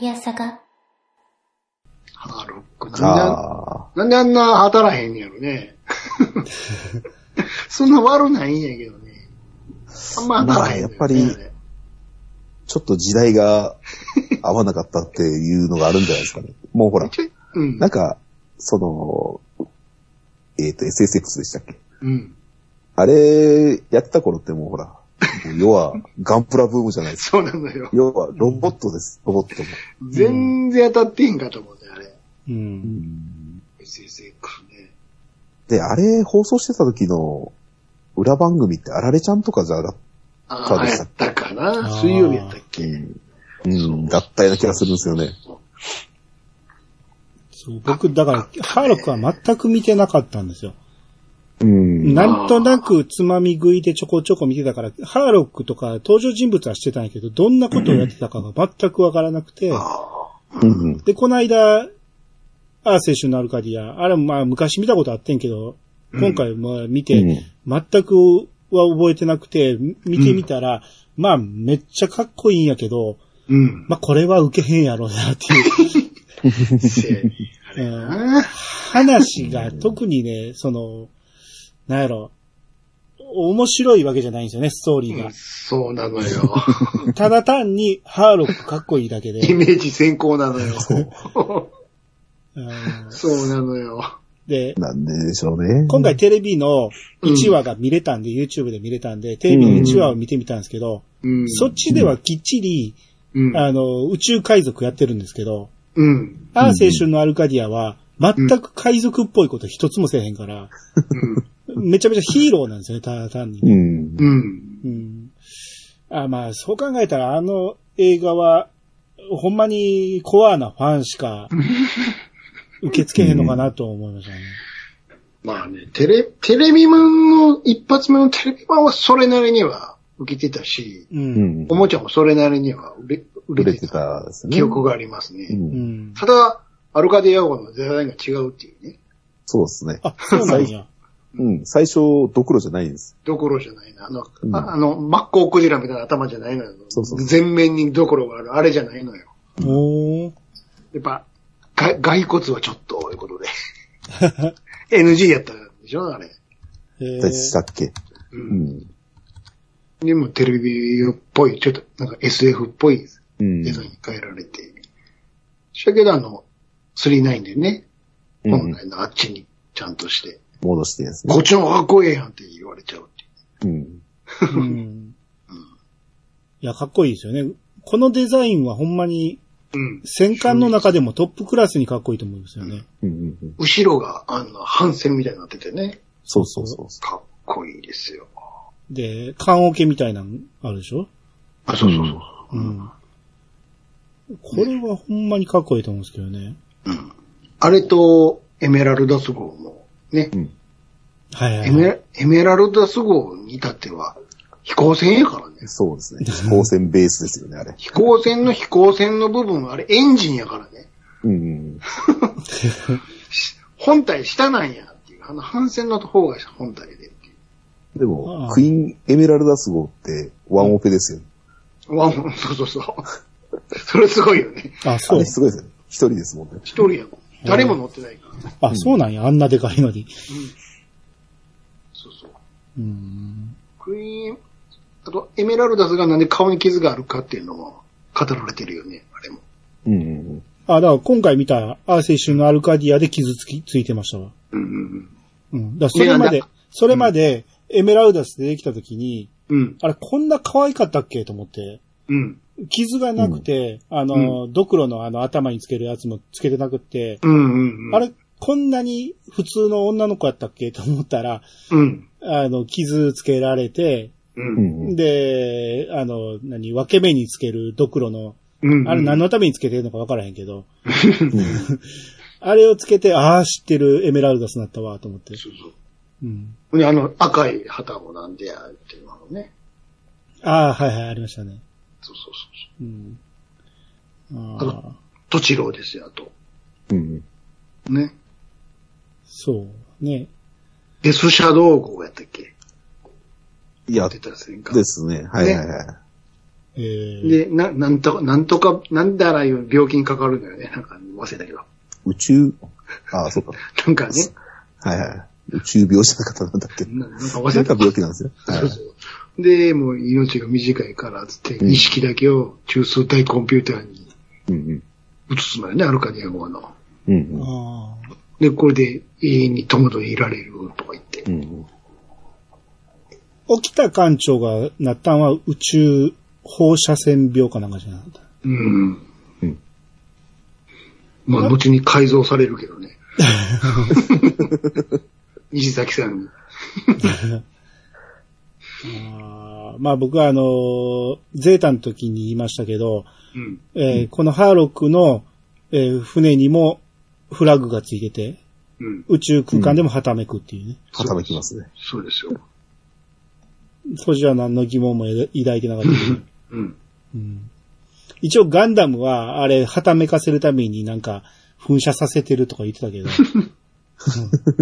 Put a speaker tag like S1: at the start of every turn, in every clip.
S1: やさが。
S2: ハロック。なんであ
S3: あ
S2: ん、なんであんな働へんねやろ ね。そんな悪ないんやけどね。あんま働へんのよね、
S3: まあやっぱりーちょっと時代が合わなかったっていうのがあるんじゃないですか ね。もうほ
S2: あ
S3: ら
S2: れ。、うん。
S3: なんか、その、えっ、と、SSX でしたっけ
S2: うん。
S3: あれ、やってた頃ってもうほら、もう要は、ガンプラブームじゃないですか。
S2: そうなのよ。
S3: 要は、ロボットです、ロボットも。
S2: 全然当たってへんかと思うね、あれ。
S4: うん。
S2: SSX ね。
S3: で、あれ、放送してた時の、裏番組って、あられちゃんとかじゃなかっ
S2: あ
S3: そう
S2: あ、
S3: で
S2: や
S3: し
S2: ったたかな
S4: あー
S2: 水曜日やったっけ
S3: けうん、だったような気がするんですよね。
S4: そう、僕、だから、ハーロックは全く見てなかったんですよ。
S3: うん。
S4: なんとなくつまみ食いでちょこちょこ見てたから、ハーロックとか登場人物はしてたんやけど、どんなことをやってたかが全くわからなくて、
S3: うん。
S4: で、この間、アーセシュのアルカディア、あれもまあ昔見たことあってんけど、今回まあ見て、
S3: うん
S4: 全くは覚えてなくて、み見てみたら、まあめっちゃかっこいいんやけど、
S2: うん。
S4: まあこれは受けへんやろうなっていう。
S2: せやねあれ
S4: うん
S2: な。
S4: 話が特にね、その、なんやろ、面白いわけじゃないんですよね、ストーリー
S2: そうなのよ。
S4: が。ただ単に、ハーロックかっこいいだけ
S2: イ
S4: で。
S2: メージ先行なのよ。
S4: う ん
S2: そうなのよ。
S4: で、
S3: なんででしょうね。
S4: 今回テレビの1話が見れたんで、YouTube で見れたんで、テレビの1話を見てみたんですけど、
S2: うん。
S4: そっちではきっちり、
S2: うん。
S4: あの、宇宙海賊やってるんですけど、
S2: うん。
S4: アー青春のアルカディアは、全く海賊っぽいこと一つもせえへんから、
S2: うん。
S4: めちゃめちゃヒーローなんですよね、ただ単に。
S3: うん。
S2: うん。
S4: うん。あまあ、そう考えたら、あの映画は、ほんまにコアなファンしか、 受け付けへんのかなと思いましたね。
S2: まあね、テレ、テレビマンの、一発目のテレビマンはそれなりには受けてたし、
S4: う。
S3: うんん
S2: お。もちゃもそれなりには売れ、売
S3: 売
S2: れ
S3: れ
S2: て
S3: て
S2: た
S3: たですね。
S2: 記憶があります
S3: う。
S2: ね。
S4: うんん。
S2: ただ、アルカディア号のデザインが違うっていうね。
S3: そうですね。
S4: あ、そうなんや。
S3: うん。最初、ドクロじゃないんです。
S2: どころじゃないな。あの、
S3: うん
S2: ああの、マッコウクジラみたいな頭じゃないのよ。
S3: そうそう
S2: 全面にどころがある。あれじゃないのよ。
S4: おー。
S2: やっぱ、が骸骨はちょっと、という ことで。NG やったんでしょあれ。
S4: え
S3: でし
S4: ー、
S3: たっけうん。
S2: でもテレビっぽい、ちょっとなんか SF っぽい
S3: うん
S2: デ。ザインに変えられて。したけどあの、39でね、
S3: うん
S2: 本来のあっちにちゃんとして、
S3: 戻してですね
S2: こっ。ちの方がかっこええやんって言われちゃうってい
S3: うん。
S4: うん。いや、かっこいいですよね。このデザインはほんまに、
S2: う。うん。
S4: 戦艦の中でもトップクラスにかっこいいと思うんですよね。
S3: うんうんうん。
S2: 後ろがあの、反戦みたいになっててね、
S3: そうそうそうそ
S2: かっこいいですよ。
S4: で、艦桶みたいなのあるでしょ
S2: あ、そうそうそう。
S4: うん。これはほんまにかっこいいと思うんですけどね。
S2: あれと、エメラルダス号も、ね、
S4: はいはい
S2: エ
S4: はい。
S2: メエメラルダス号に至っては、飛行船やからね。
S3: う。そうですね。飛行船ベースですよね、あれ。
S2: 飛行船の飛行船の部分はあれエンジンやからね。
S3: うん。
S2: 本体下なんやっていう。あの、反戦の方が本体でってい
S3: で
S4: あ
S3: も
S4: あ、
S3: クイーンエメラルダス号ってワンオペですよね。
S2: う。ワン、そうそうそう。 それすごいよね。
S4: あ、
S3: あ
S4: そう
S3: れ。すごいですよね。一人ですもんね。
S2: 一人やもん。誰も乗ってないから。
S4: あ、そうなんや。あんなでかいのに。
S2: そうそう。
S4: うん。
S2: クイーン、あと、エメラルダスがなんで顔に傷があるかっていうのも語られてるよね、あれも。
S3: うんうんうん。
S4: あ、だから今回見たアーセイシュのアルカディアで傷つき、ついてましたわ。
S2: うんうん
S4: うん。だからそれま
S2: い
S4: で
S2: やな、
S4: それまでエメラルダスでできた時に、
S2: うん。うん。
S4: あれこんな可愛かったっけと思って。
S2: うん。
S4: 傷がなくて、あの、ドクロのあの頭につけるやつもつけてなくって、
S2: うんうんうん。
S4: あれこんなに普通の女の子やったっけと思ったら、
S2: うん。
S4: あの、傷つけられて、
S2: う。
S3: うんんうん。
S4: で、あの、何、分け目につけるドクロの、
S2: うん。
S4: あれ何のためにつけてるのか分からへんけど、あれをつけて、ああ、知ってるエメラルダスになったわ、と思って。
S2: そうそう。
S4: うん。
S2: ほんであの、赤い旗もなんでや、っていうのもね。
S4: ああ、はいはい、ありましたね。
S2: そうそうそうそう。
S4: うん。ああ、
S2: とちろうですよ、あと。
S3: うん
S2: ね。
S4: そう。ね。
S2: デスシャドウ号やったっけ
S3: いや
S2: 出、た戦艦。
S3: ですね。はいはいはい。
S4: えー、
S2: で、な、なんとか、なんとか、なんだらいう病気にかかるんだよね。なんか忘れたけど。
S3: 宇宙、ああ、そうか。
S2: なんかね、
S3: はいはい。宇宙病じゃなかったなんだっけ。
S2: ななんか忘
S3: な
S2: れ
S3: んか
S2: た。
S3: 病気なんですよ。はい
S2: そう。そうで、もう命が短いから、つって、意識だけを中枢体コンピューターに
S3: うん
S2: 移すのよね、アルカディア号の。
S3: うん。うん
S4: ああ。
S2: で、これで永遠に友といられるとか言って
S3: う。ん。うん
S4: 沖田艦長がなったんは宇宙放射線病かなんかじゃなかった。
S2: うん。
S3: うん
S2: まあ、後に改造されるけど ね。西崎さんに。
S4: あーまあ僕はあのーゼータの時に言いましたけど、
S2: うん。
S4: えーこのハーロックの、えー船にもフラグがついてて、
S2: うん。
S4: 宇宙空間でもはためくっていうね。
S3: 傾きますね。
S2: そうですよ。
S4: 当時は何の疑問も抱いてなかったけど。
S2: うん。
S4: うん一応ガンダムは、あれ、はためかせるためになんか、噴射させてるとか言ってた けどう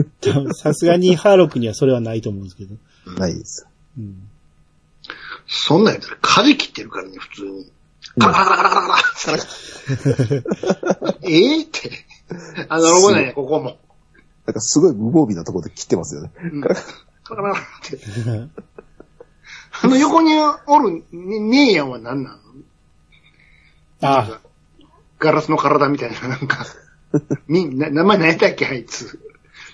S4: ん多分。さすがにハーロックにはそれはないと思うんですけど。
S3: ないです。
S4: うん
S2: そんなんやったら、舵切ってるからね、普通に。
S3: うん
S2: カラカラカラカラカラカラ カラええって。あ、なるほどね、ここも。
S3: なんかすごい無防備なところで切ってますよね。
S2: うんカラカラカラって。あの横におる、ね、ねえやんは何なの
S4: あ
S2: ガラスの体みたいな、なんか。 み、な、名前何やったっけ、あいつ。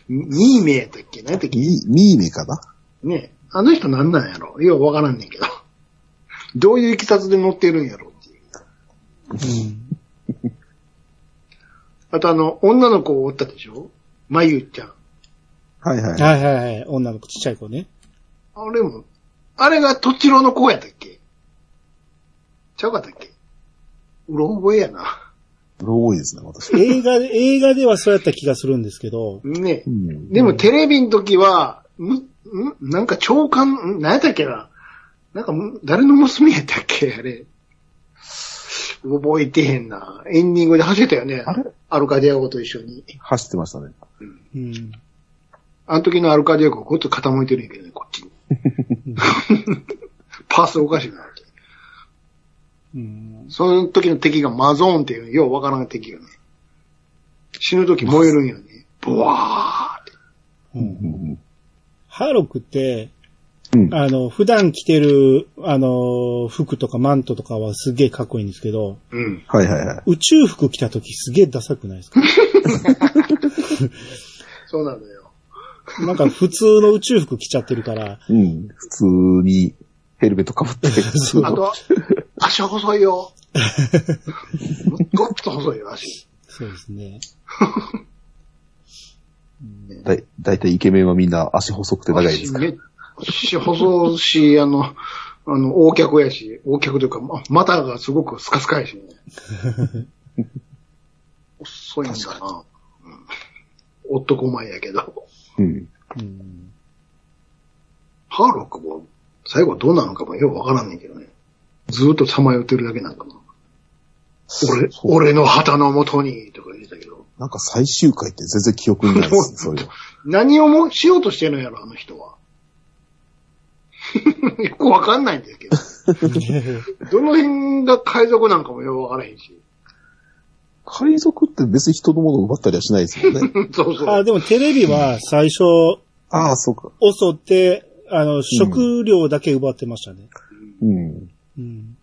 S2: ニーメやったっけ何やったっけ
S3: ミミーメかな
S2: ねえ。あの人何なんやろようわからんねんけど。どういういきさつで乗ってるんやろっていう。
S4: うん
S2: あとあの、女の子おったでしょまゆちゃん。
S3: はいはい。
S4: はいはいはい。女の子、ちっちゃい子ね。
S2: あれも、あれがとちろの子やったっけちゃうかったっけうろ覚えやな。
S3: うろ多いですね、私。
S4: 映画で、映画ではそうやった気がするんですけど、
S2: ねえ
S3: う。ん。
S2: でもテレビの時は、む、んなんか長官、ん何やったっけななんかむ、誰の娘やったっけあれ。覚えてへんな。エンディングで走ってたよね。
S3: あれ
S2: アルカディア号と一緒に。
S3: 走ってましたね。
S4: うん
S2: あの時のアルカディア号ごっつ傾いてるんやけどね、こっち に。パースおかしくなって。
S4: うん
S2: その時の敵がマゾーンっていう、ようわからん敵よね。死ぬ時燃えるんよね。ブワーって。
S4: うん
S3: ん。
S4: ハーロックって、
S3: うん。
S4: あの、普段着てる、あの、服とかマントとかはすげえかっこいいんですけど、
S2: うん。
S3: はいはいはい。
S4: 宇宙服着た時すげえダサくないです か
S2: そうなのよ。
S4: なんか普通の宇宙服着ちゃってるから、
S3: うん。普通にヘルメットかぶって。
S2: あと、足細い よ。ごっと細いよ、足。
S4: そうです ね。
S3: だいだいたいイケメンはみんな足細くて長いです
S2: 足
S3: から。
S2: め足細いし、あの、あの、横脚やし、横脚というか、ま、股がすごくスカスカやしね。 遅いんだな。うん、男前やけど。
S3: うん。
S4: うん
S2: ハーロックも、最後どうなのかもよくわからんねんけどね。ずーっとさまよってるだけなんかな。俺、
S3: そう
S2: 俺の旗のもとに、とか言ってたけど。
S3: なんか最終回って全然記憶にないですね、 そういうの。
S2: 何をもしようとしてるのやろ、あの人は。 よくわかんないんですけど。どの辺が海賊なんかもよくわからへんし。
S3: 海賊って別に人のものを奪ったりはしないですもんね。
S2: そうそ
S4: あ、
S2: う。
S4: でもテレビは最初、
S3: ああ、そうか。
S4: 襲って、あの、食料だけ奪ってましたね。
S3: うん。
S4: うん。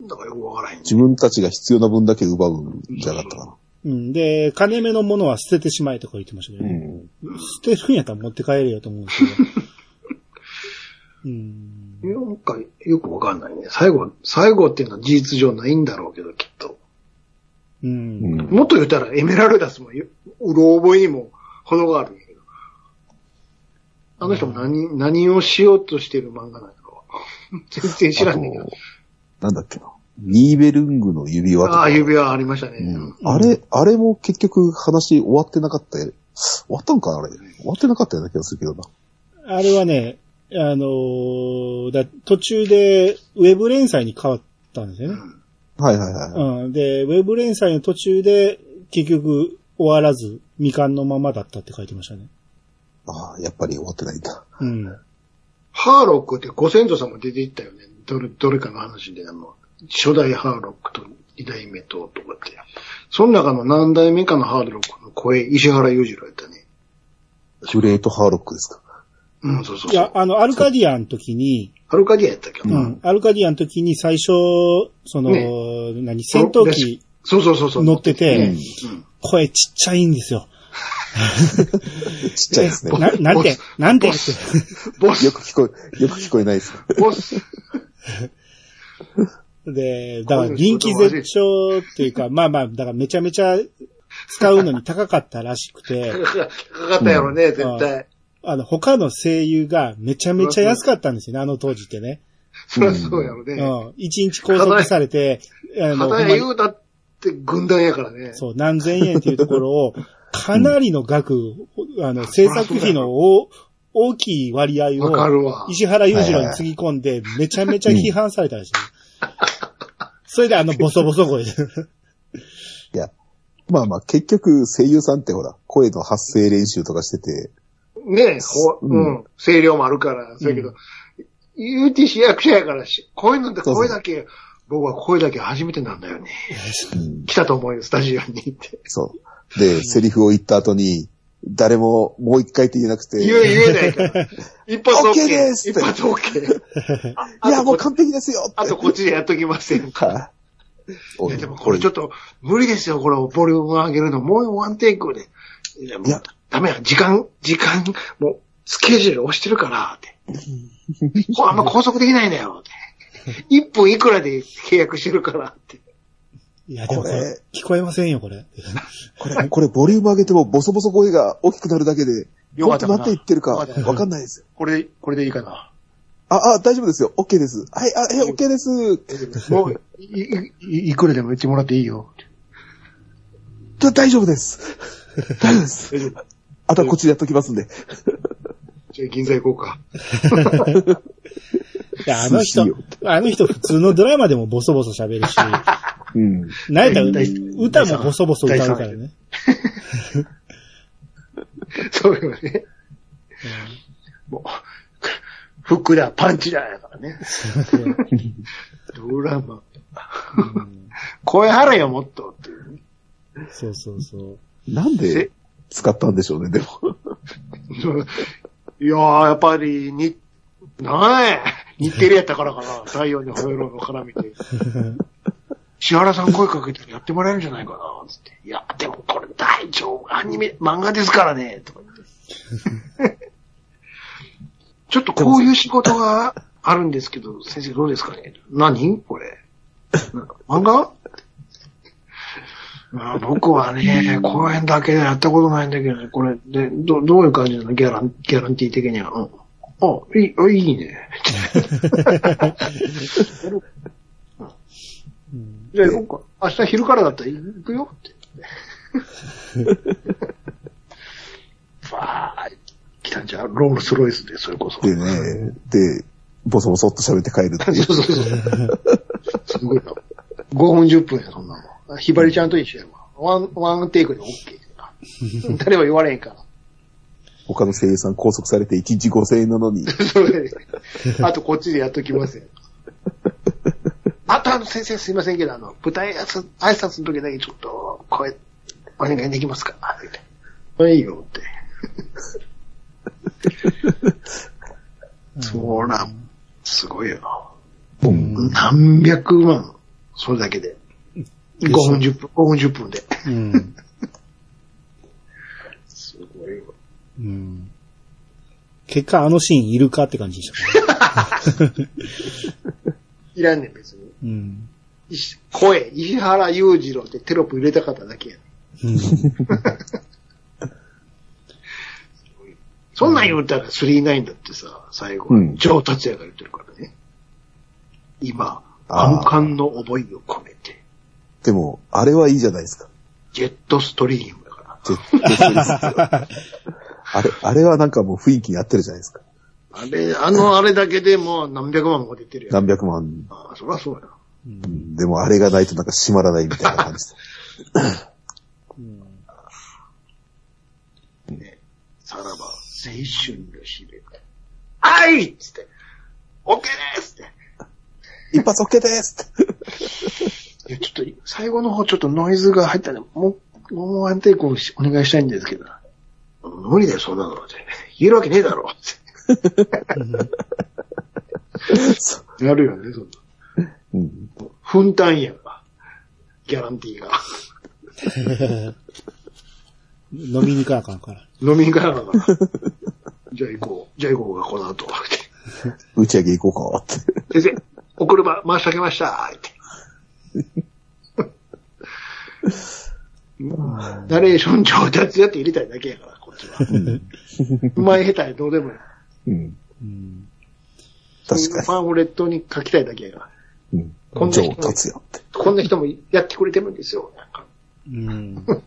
S2: だからよくわからへんし。
S3: 自分たちが必要な分だけ奪うんじゃなかったかな。
S4: うん、で、金目のものは捨ててしまえとか言ってましたけど
S3: う
S4: ね、
S3: ん。
S4: 捨てるんやったら持って帰れよと思うんです けど。うん。
S2: なんかよくわかんないね。最後、最後っていうのは事実上ないんだろうけど、きっと。
S4: う。
S3: うんん。
S2: もっと言ったらエメラルダスもようろ覚えにも程があるんやけど。あの人も何、何をしようとしてる漫画なんだろう。 全然知らんねんけ
S3: あ
S2: ど
S3: と。なんだっけな。ニーベルングの指輪と
S2: あ
S3: か。
S2: あ、指輪ありましたね。
S3: うんあれ、あれも結局話終わってなかったよ。終わったんかなあれ。終わってなかったような気がするけどな。
S4: あれはね、あのーだ途中でウェブ連載に変わったんですよね。
S3: はいはいはい。
S4: うん。で、ウェブ連載の途中で、結局、終わらず、未完のままだったって書いてましたね。
S3: ああ、やっぱり終わってないんだ。
S4: うん。
S2: ハーロックってご先祖様出ていったよね。どれ、どれかの話で、あの、初代ハーロックと二代目と、とかって。その中の何代目かのハーロックの声、石原裕次郎やったね。
S3: グレートハーロックですか。
S2: うん、そうそう
S4: い
S2: そ
S4: や
S2: う、。
S4: あの、アルカディアの時に、
S2: アルカディアやったっけ
S4: う
S2: ど、
S4: ん、アルカディアの時に最初、その、何、戦闘機
S2: そうそうそうそう。
S4: 乗って
S3: う
S4: て
S3: ん、ち
S4: 声ちっちゃいんですよ。
S3: っちゃいですね。
S4: な、なんて、なんて
S2: ボ
S4: って。
S2: ス。ボス
S3: よ、く聞こえ、よく聞こえないです。
S2: ボス。
S4: で、だから人気絶頂っていうか、まあまあ、だからめちゃめちゃ使うのに高かったらしくて、
S2: 高かかったやろね、絶対。
S4: あの、他の声優がめちゃめちゃ安かったんですよね、あの当時ってね。
S2: そりゃそうやろ
S4: う
S2: ね。
S4: ん。一日拘束されて、あ
S2: 片
S4: の、ほん
S2: や
S4: まに
S2: 言うたって軍団やからね。
S4: そう、何千円っていうところを、かなりの額、あの、制作費の大大きい割合
S2: わか
S4: を、
S2: るわ。
S4: 石原裕次郎につぎ込んで、めちゃめちゃ批判されたらしい。それであの、ボソボソ声で。
S3: いや。まあまあ、結局、声優さんってほら、声の発声練習とかしてて、
S2: ねえ、ほう
S3: うん
S2: ん、声量もあるから、そうやけど、言うて市役者やからし、こういうのって
S3: そうそう
S2: 声だけ、僕は声だけ初めてなんだよね。
S3: うん、
S2: 来たと思うよ、スタジオに って。
S3: そう。で、セリフを言った後に、誰ももう一回って言えなくて、
S2: 言え、言えない から。一発 OK。
S3: OK です
S2: 一発 OK。
S3: いや、もう完璧ですよって
S2: あとこっちでやっときませんか。
S3: はい
S2: や
S3: い
S2: でもこれちょっと無理ですよ、これをボリューム上げるの。もうワンテイクで。いや、も
S3: いうや
S2: ダメや、時間、時間、もうスケジュール押してるから、 って。ほらあんま拘束できないんだよ、って。1分いくらで契約してるから、って。
S4: いや、でもこ
S3: こ
S4: れ
S3: れ、
S4: 聞こえませんよ、これ。
S3: これ、これボリューム上げてもボソボソ声が大きくなるだけで、
S2: よかった
S3: 本
S2: か
S3: 当
S2: な
S3: なんて言ってるか
S2: よかったかな
S3: わかんないですよ。
S2: これで、これでいいかな。
S3: あ、あ、大丈夫ですよ。OK です。はい、あ、え、OK です。
S2: もう、い、い、いくらでも言ってもらっていいよ。
S3: だ大丈夫です。大丈夫です。 あとはこっちでやっときますんで。
S2: じゃあ銀座行こうか。
S4: いや、あの人
S3: 涼し、
S4: あの人普通のドラマでもボソボソ喋 るし、
S3: うん。
S4: なんやったら
S2: 大
S4: 歌もボソボソ歌うからね。
S2: そうよね。もう、フックだ、パンチだ、やからね。ドラマ。 声張れよ、もっと。っていうね
S4: そうそうそう。
S3: なんで
S2: せ
S3: 使ったんでしょうね、でも。
S2: いやー、やっぱり、に、なえ、日テレやったからかな、太陽にほえろの絡みで。石原さん声かけたらやってもらえるんじゃないかな、つって。いや、でもこれ大丈夫、アニメ、漫画ですからね、とか言って。ちょっとこういう仕事があるんですけど、先生どうですかね何これ。なんか漫画まあ僕はね、公演だけでやったことないんだけどね、これで、どどういう感じなのギャラン、ギャランティー的には。うん。あ、いい、あいいね。じゃあ行こうか。明日昼からだったら行くよ って。わー、来たんじゃん、ロールスロイスで、それこそ。
S3: でね、で、ボソボソっと喋って帰るって
S2: そう
S3: いう。
S2: そうそう。すごいな。5分10分や、そんなの。ひばりちゃんと一緒やわ。ワン、ワンテイクで OK。誰も言われへんから。
S3: 他の声優さん拘束されて1日5000円なのに。
S2: それであとこっちでやっときますよ。あとあの先生すいませんけど、あの、舞台挨拶挨拶の時だけちょっと声、お願いできますかみたいな。いいよって。 そうなん、すごいよな。
S3: うん。
S2: 何百万、それだけで。5
S4: しょ
S2: 分10分、5分10分で。
S4: うん。
S2: すごいよ。
S4: うん。結果あのシーンいるかって感じでしたからね。
S2: いらんねん、別に。
S4: うん。
S2: 石声、石原裕次郎ってテロップ入れたかっただけや。
S4: うん
S2: そんなん言うたら39だってさ、最後、
S3: うん
S2: 上達也が言ってるからね。今、
S3: あー
S2: 万感の思いを込めて、
S3: でも、あれはいいじゃないです か。
S2: ジェットストリームだから。
S3: 絶対あれ、あれはなんかもう雰囲気に合ってるじゃないですか。
S2: あれ、あのあれだけでもう何百万も出てるやん。
S3: 何百万。
S2: ああ、そりゃそうや。
S3: うんでもあれがないとなんか閉まらないみたいな感じで。
S2: ね。さらば、青春の日々。あさいっつって。OK ですって。
S3: 一発 OK ですって。
S2: いや、ちょっと、最後の方ちょっとノイズが入ったんで、もう、もう安定光しお願いしたいんですけど。無理だよ、そんなの。って言えるわけねえだろ。っ
S4: うん
S2: てなるよね、そんな。
S3: うん。
S2: 分担やんか。ギャランティーが。
S4: 飲みに行かなあかんから。
S2: 飲みに行かなかったから。 じゃあ行こう。じゃあ行こうが、この後。
S3: 打ち上げ行こうかって。
S2: 先生、お車回してあげました。って。ナレーション上達やって入れたいだけやから、こっちは。うまい下手どうでもいい。
S3: うん。
S4: うん
S3: 確か
S2: ファンフレットに書きたいだけやから。
S3: に。
S2: こ
S3: うんん。
S2: な人
S3: 上達やって。
S2: こんな人もやってくれてるんですよ。なんか
S4: うん。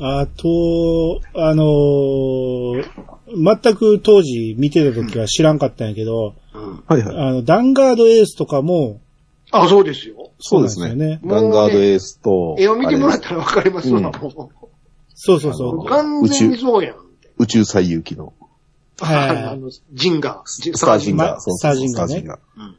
S4: あと、あのー全く当時見てた時は知らんかったんやけど、
S2: うん、
S3: はいはい。
S4: あの、ダンガードエースとかも、
S2: あ、そうですよ。
S3: そうです
S4: そうなんで
S3: ね。
S2: すよね
S3: ガンガードエースと、
S2: 絵を見てもらっ
S3: あれ
S2: たらわかりますわ、
S3: うん
S2: も
S4: そうそう
S3: あ
S4: そ
S3: の
S2: う。
S4: う。
S2: 完全にそうやん。
S3: 宇宙最有機の
S4: はいはいはい
S2: あの、ジンガー。
S3: スタージン
S4: ま
S3: ガー。そうそうそう
S4: スタージンガ
S3: ス
S2: うんうん
S4: だか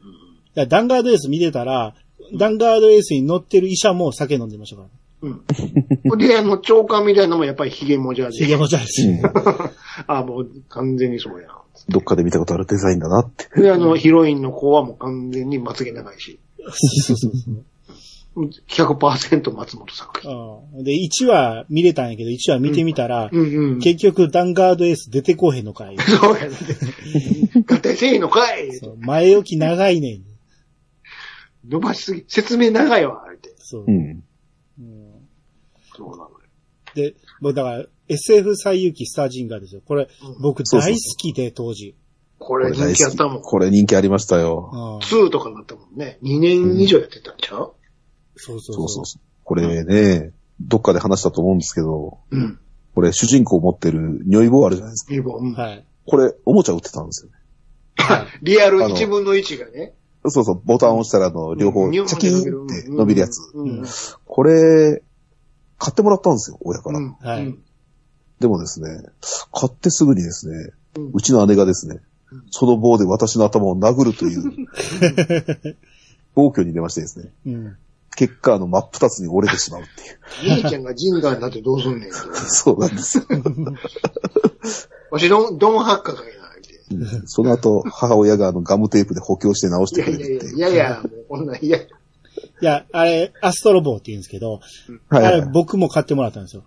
S4: らダンガードエース見てたら、ダンガードエースに乗ってる医者も酒飲んでましたから。
S2: うん。で、あの、長官みたいなのもやっぱりヒゲもじゃ
S4: ひげ
S2: で。
S4: もじゃらし。
S3: タージンガーう ん
S2: あ、もう完全にそうやん。
S3: どっかで見たことあるデザインだなって。
S2: で、あの、ヒロインの子はもう完全にまつげ長いし。
S4: そうそうそう。
S2: 100%松本作品。
S4: うんで、1話見れたんやけど、1話見てみたら、
S2: うんうん。
S4: 結局ダンガードエース出てこへんのかい。
S2: そうやね。合体せえへんのかい
S4: そう前置き長いねん。
S2: 伸ばしすぎ。説明長いわ、あれって。
S4: そう
S3: う。ん。
S4: うん
S2: そうなのよ。
S4: で、もうだから、SF 最有機スタージンガーですよ。これ
S2: う、ん
S4: 僕
S3: そう
S4: 大
S3: そう
S4: 好きで、当時。
S2: こ
S3: こ
S2: れ
S3: れ
S2: 人
S3: 大
S2: 気や
S3: 好
S2: っ
S3: き
S2: たもん。
S3: これ人気ありましたよ。
S4: うん
S2: 2とかなったもんね。2年以上やってたんちゃう
S4: そうそ
S3: そうそ
S4: うそう
S3: そう。これね、どっかで話したと思うんですけど、
S2: うん。
S3: これ主人公持ってる如意棒あるじゃないですか。
S2: リボン。
S4: う。はい。
S3: これ、おもちゃ売ってたんですよね。
S2: リアル1分の1がね。
S3: そうそう、ボタンを押したらあの、両方、チャキーンって伸びるやつ。
S2: うん。
S3: これ、買ってもらったんですよ、親か
S2: う
S3: ら。
S2: ん。
S4: はい
S2: うん
S3: でもですね、買ってすぐにですね、
S2: うん
S3: うちの姉がですね、その棒で私の頭を殴るという、 暴挙に出ましてですね、
S4: うん。
S3: 結果、あの、真っ二つに折れてしまうっていう。
S2: 兄ちゃんがジンガーになってどうすんねん。
S3: そうなん ですよ。
S2: わし、ドン、ドンハッカーかいな、って。
S3: うん その後、母親があの、ガムテープで補強して直し
S2: い
S3: て
S2: や
S3: くれ
S2: い
S3: る
S2: やい
S3: って
S2: や、
S3: いう
S2: い。やいや、もうこんなん、いや、
S4: いや、あれ、アストロボーって言うんですけど、
S3: はい
S4: あ
S3: はい
S4: れ
S3: はい。
S4: 僕も買ってもらったんですよ。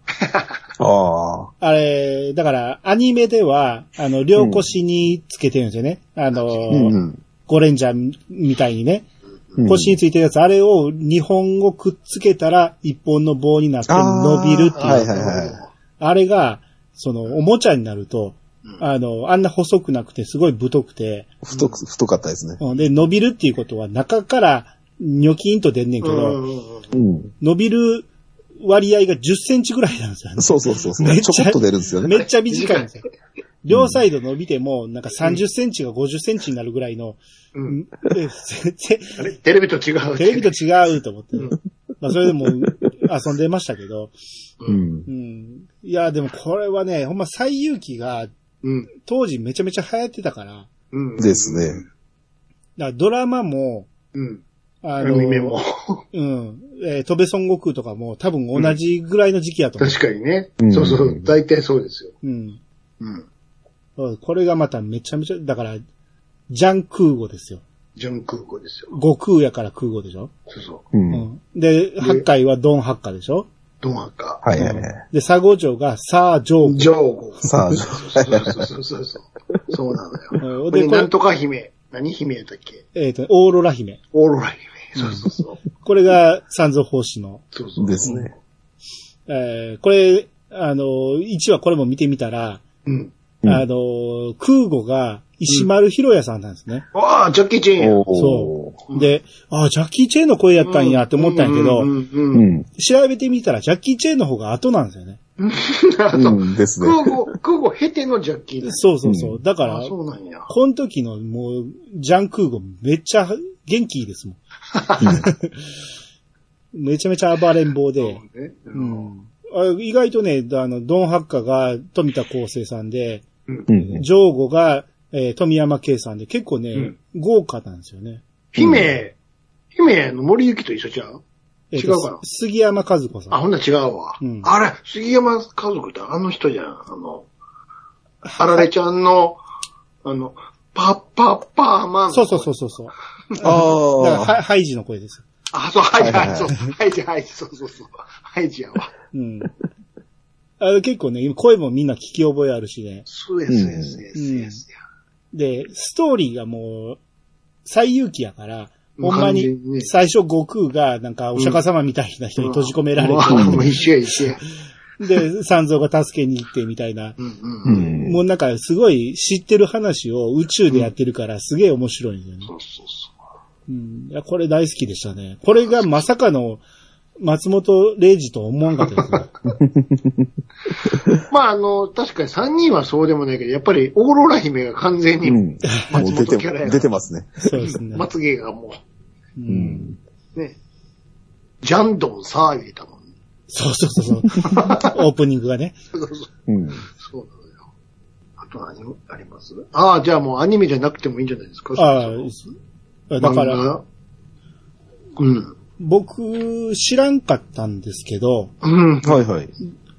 S3: ああ。
S4: あれ、だから、アニメでは、あの、両腰につけてるんですよね。あの、
S3: うんうん。
S4: ゴレンジャーみたいにね、
S3: うん
S4: 腰についてるやつ、あれを2本をくっつけたら、1本の棒になって伸びるっていう。
S3: あーはいはいはい
S4: あれが、その、おもちゃになると、あの、あんな細くなくて、すごい太くて、
S3: 太く、太かったですね。
S4: うんで、伸びるっていうことは中からニョキンと出んねんけ
S2: うん
S4: ど、
S2: うん
S3: うん。
S4: 伸びる割合が10センチぐらいなんですよね。
S3: そうそうそうそ
S4: め
S3: う。
S4: っちゃ
S3: ちょこっと出るんですよね。
S4: めっちゃ短いんですよ。両サイド伸びても、なんか30センチが50センチになるぐらい
S2: う
S4: の、
S2: んうん。
S4: え全然
S2: あれテレビと違う。
S4: テレビと違うと思って。まあ、それでも遊んでましたけど。
S3: うん。
S4: うん。いや、でもこれはね、ほんま最有機が
S2: うん。
S4: 当時めちゃめちゃ流行ってたから、だか
S2: うん。
S3: ですね。
S4: らドラマも、
S2: うん。
S4: あ
S2: あの、夢も。
S4: うん。えー、飛べ孫悟空とかも多分同じぐらいの時期やと思う。
S2: 確かにね
S3: う。ん
S2: そうそう。大体そうですよ。
S4: うん。
S2: うん。
S4: これがまためちゃめちゃ、だから、ジャン空語ですよ。
S2: ジョン空港ですよ。
S4: 悟空やから空語でしょ
S2: そうそう。
S3: うん。
S4: うん。で、八海はドン八海でしょ
S2: ドンハッカ
S3: はいはいはい。
S4: で、佐合城がサージョ
S2: ー。
S4: ー
S2: ジョーゴ。
S3: さあ、
S2: そうそうそうそうそう。そうなの
S4: う
S2: よ。
S4: んで
S2: で、
S4: これ
S2: なんとか姫。何姫やったっけ
S4: えっ、と、オーロラ姫。
S2: オーロラ姫。そうそうそう。
S4: これが三蔵法師の。
S2: そうそう。
S3: ですね。
S4: えーこれ、あの、1話これも見てみたら、
S2: うん。
S3: うん
S4: あの、空語が石丸博也さんなんですね。
S2: わあ、ジャッキー・チェーンや。
S3: おー。
S2: うん
S4: で、ああ、ジャッキー・チェーンの声やったんやって思ったんやけど、
S2: うんうん
S3: う
S2: うん。
S3: ん。
S4: 調べてみたらジャッキー・チェーンの方が後なんですよね。
S2: あと、
S3: うんですね。
S2: 空母、空母経てのジャッキーです。
S4: そうそうそう。だか
S2: あ
S4: ら、
S2: そうなんや。
S4: この時のもう、ジャン空語めっちゃ元気いいですもん。めちゃめちゃ暴れん坊で。
S2: ね
S4: うんあ意外とね、あの、ドンハッカが富田康生さんで、
S2: うん
S3: う。ん。
S4: ジョーゴが、えー富山圭さんで、結構ね、
S2: うん
S4: 豪華なんですよね。
S2: 姫、姫の森幸と一緒ちゃう
S4: えー
S2: 違うかな
S4: す杉山和子さ
S2: あ、
S4: ん。
S2: ほんなら違うわ。
S4: うん
S2: あれ、杉山家族ってあの人じゃん。あの、あられちゃんの、あの、パッパッパーマン。
S4: そうそうそうそうそう。だから
S3: ああ。
S4: は、ハイジの声です。
S2: あ、そう、はい
S3: はい
S2: は
S3: はい
S2: い、そう、はいじゃ、はい、そうそうそう。はいじゃわ。
S4: うん。あの結構ね、声もみんな聞き覚えあるしね。
S2: そうや、そうや、そうや、そうやそうや。
S4: で、ストーリーがもう、最有機やから、ほんま
S2: 完全に
S4: に
S2: ね
S4: 最初悟空がなんかお釈迦様みたいな人に閉じ込められ
S2: うんもうもう
S4: て、
S2: 一緒や、一緒や。
S4: で、三蔵が助けに行ってみたいな。
S2: うん
S3: う
S2: うん。
S3: ん。
S4: もうなんかすごい知ってる話を宇宙でやってるからすげえ面白いんですよね。
S2: そうそうそう。
S4: うん。いや、これ大好きでしたね。これがまさかの松本零士とは思わんかったで すね。
S2: まあ、あの、確かに3人はそうでもないけど、やっぱりオーロラ姫が完全
S3: う
S2: に、
S3: ん。もう出
S2: 松本キャラや
S3: て、
S2: な
S3: 出てますね。
S4: そうですね。
S2: まつげがも
S4: う。
S3: うんん。
S2: う、ね、ジャンドン騒いでたもんね。
S4: そうそうそう そう。オープニングがね。
S2: そうそうそう
S3: うん。
S2: そうなのよ。あと何もありますああ、じゃあもうアニメじゃなくてもいいんじゃないですか
S4: あ
S2: そうそ
S4: あ、
S2: う
S4: だか
S2: 漫
S4: ら、
S2: 画うん。
S4: 僕知らんかったんですけど、
S2: うん。
S3: はいはい。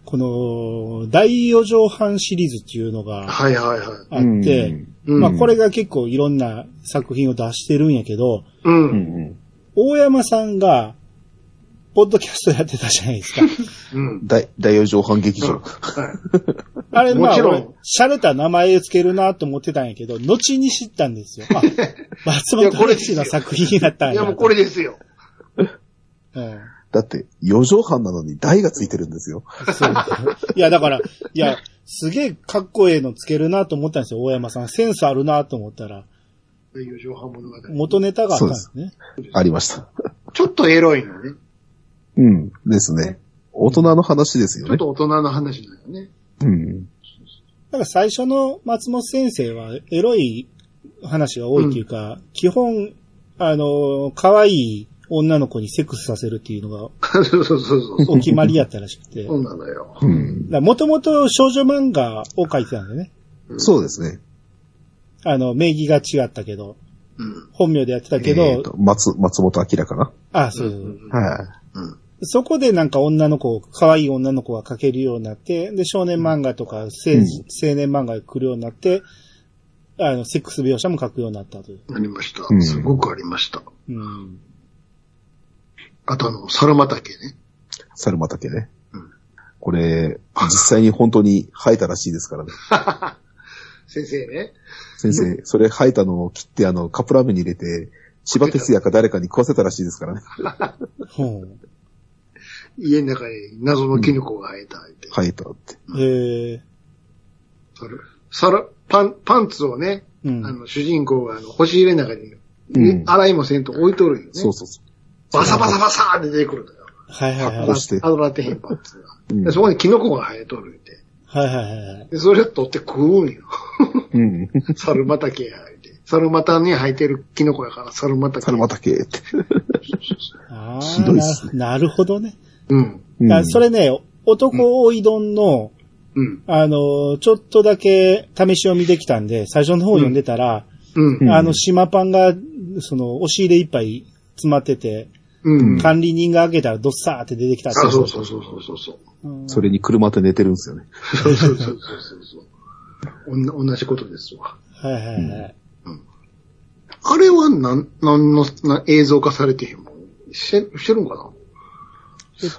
S4: この、大四畳半シリーズっていうのが
S2: はいはいはい。
S4: あって、
S3: うん
S2: うん
S4: まあこれが結構いろんな作品を出してるんやけど、
S2: う。
S3: うんん
S4: 大山さんが、ポッドキャストやってたじゃない ですか。
S2: うん。
S3: 大、大四畳半劇場。
S4: あれ、まあ
S2: もちろん
S4: 俺、シャレた名前つけるなと思ってたんやけど、後に知ったんですよ。あ、松
S2: いや
S4: 本
S2: これ
S4: 零士の作品だったん
S2: いや
S4: や
S2: もう。これですよ。
S4: うん
S3: だって、四畳半なのに台がついてるんですよ。
S4: そう。いや、だから、いや、すげえかっこええのつけるなと思ったんですよ、大山さん。センスあるなと思ったら、
S2: 友情派物語。
S4: 元ネタがあったんですね。
S3: ありました。
S2: ちょっとエロいのね。
S3: うん。ですね。大人の話ですよ
S2: ちょっ
S3: ね。
S2: と大人の話なのね。
S3: うん。
S4: だから最初の松本先生は、エロい話が多いというか、基本、あの、可愛い女の子にセックスさせるっていうのが
S2: そうそうそう そう。
S4: お決まりやったらしく て。
S2: そうなのよ。
S3: うん。
S4: もともと少女漫画を書いてたんだよね。
S3: そうですね。
S4: あの、名義が違ったけど、
S2: うん。
S4: 本名でやってたけど、
S3: えーと、松、松本明かな
S4: あ、そうう、
S2: ん。
S3: は
S2: うん。
S4: そこでなんか女の子、可愛い女の子が描けるようになって、で、少年漫画とか青,、
S3: うん
S4: 青年漫画が来るようになって、あの、セックス描写も描くようになったという。
S2: ありました
S3: う。ん
S2: すごくありました。
S4: うん。
S2: あとあの、サルマタケね。
S3: い。猿畑ね
S2: うん。
S3: これ、実際に本当に生えたらしいですからね。
S2: 先生ね。
S3: 先生、それ生えたのを切って、あの、カップラーメンに入れて、千葉哲也か誰かに食わせたらしいですからね。
S4: ほう。
S2: 家の中に謎のキノコが生えた相手。
S3: 生えたって。
S4: えー、
S2: サル、サル、パン、パンツをね、
S4: う
S2: あ
S4: ん。
S2: の、主人公があの、干し入れの中に、
S3: うん
S2: 洗いもせんと置いとるよね。
S3: そうそうそ
S2: バサバサバサーって出てくるのよ。
S4: はいはいはい。
S3: こうして
S2: アドラテヘンパンツが。
S3: う。うん
S2: でそこにキノコが生えとるって。
S4: はいはいはいはい。
S2: で、それを取って食うん よ。
S3: うん。
S2: サルマタケや言うて。サルマタに生えてるキノコやから、サルマタケ。
S3: 猿畑って。
S4: あ
S3: ひどいっす
S4: あ、なるほどね。
S2: うん。
S3: うん
S4: あそれね、男多い丼の、
S2: うん。
S4: あの、ちょっとだけ試し読みできたんで、最初の方読んでたら、
S2: うん。
S4: あの、島パンが、その、押し入れいっぱい詰まってて、
S2: うん。あ、
S4: 管理人が開けたらドッサーって出てきたって
S2: そうそうそうそうそうそう。
S4: うん
S3: それに車で寝てるんですよね。
S2: そうそうそうそうそう。おんな同じことですわ。
S4: はいはいはい。
S2: あれはなん、なんの、な映像化されてへんもん。して、してるんかな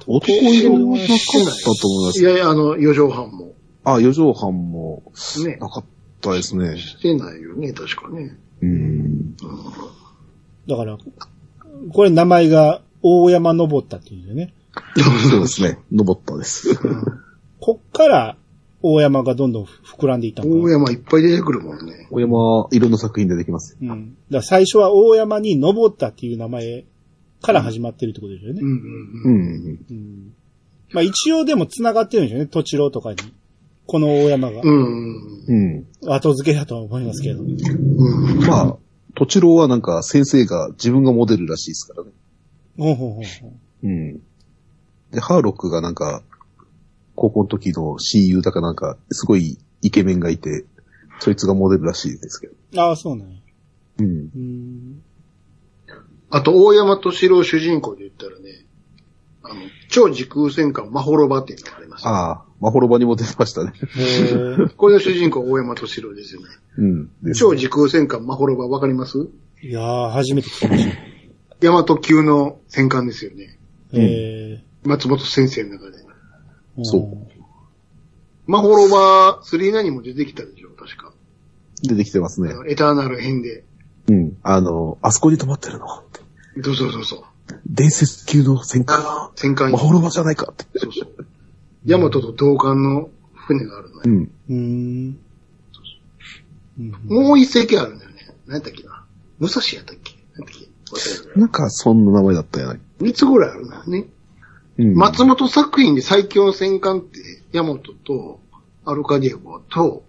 S3: 男用じゃなかったと思いま
S2: い
S3: す。
S2: やいや、あの、四畳半も。
S3: あ、四畳半も
S2: ね。
S3: なかったですね。
S2: してないよね、確かね。
S3: うん。
S4: だから、これ名前が大山登ったっていうんだよね。
S3: そうですね。登ったです。
S4: こっから大山がどんどん膨らんでいったの
S2: 大
S4: かな。
S2: 山いっぱい出てくるもんね。
S3: 小山、いろんな作品でできます。
S4: うん。だから最初は大山に登ったっていう名前から始まってるってことですよね
S2: うん。
S3: う
S2: うん
S3: ん。
S4: うん。まあ一応でも繋がってるんですよね、土地郎とかに。この大山が
S2: う。ん。
S3: うん。
S4: 後付けだとは思いますけど。
S2: うん。うん。
S3: まあ、とちろうはなんか先生が自分がモデルらしいですからね。
S4: ほうほうほうほう。
S3: うん。で、ハーロックがなんか、高校の時の親友だかなんか、すごいイケメンがいて、そいつがモデルらしいですけど。
S4: ああ、そうなんや。
S3: うん。
S4: う ーん。
S2: あと、大山敏郎主人公で言ったらね、あの、超時空戦艦マホロバっていうのがあります。
S3: ああ、まほろばにも出てましたね。
S4: へー
S2: これの主人公大山敏郎ですよね。
S3: うん。です
S2: 超時空戦艦マホロバわかります
S4: いやー、初めて聞きました。
S2: 大和級の戦艦ですよね。
S4: ええ
S2: 松本先生の中で。
S4: ー。
S3: そうん
S2: マホロバ39にも出てきたでしょ、確か。
S3: 出てきてますね
S2: あ。のエターナル編で。
S3: うん。あの、あそこに止まってるの。
S2: そうそうそうそう。
S3: 伝説級の戦艦。
S2: 戦艦
S3: ま
S2: に。
S3: ほろばじゃないかって。
S2: そうそう。ヤマトと同艦の船があるの
S3: う
S2: よ。
S3: ん。
S4: うーん。うん
S2: もう一隻あるんだよね。何やったっけな。武蔵やったっけ何やったっけ忘れたけど
S3: なんか、そんな名前だったよね。
S2: 三つぐらいあるんだよね。
S3: うん。
S2: 松本作品で最強の戦艦って、ヤマトと、アルカディエゴと、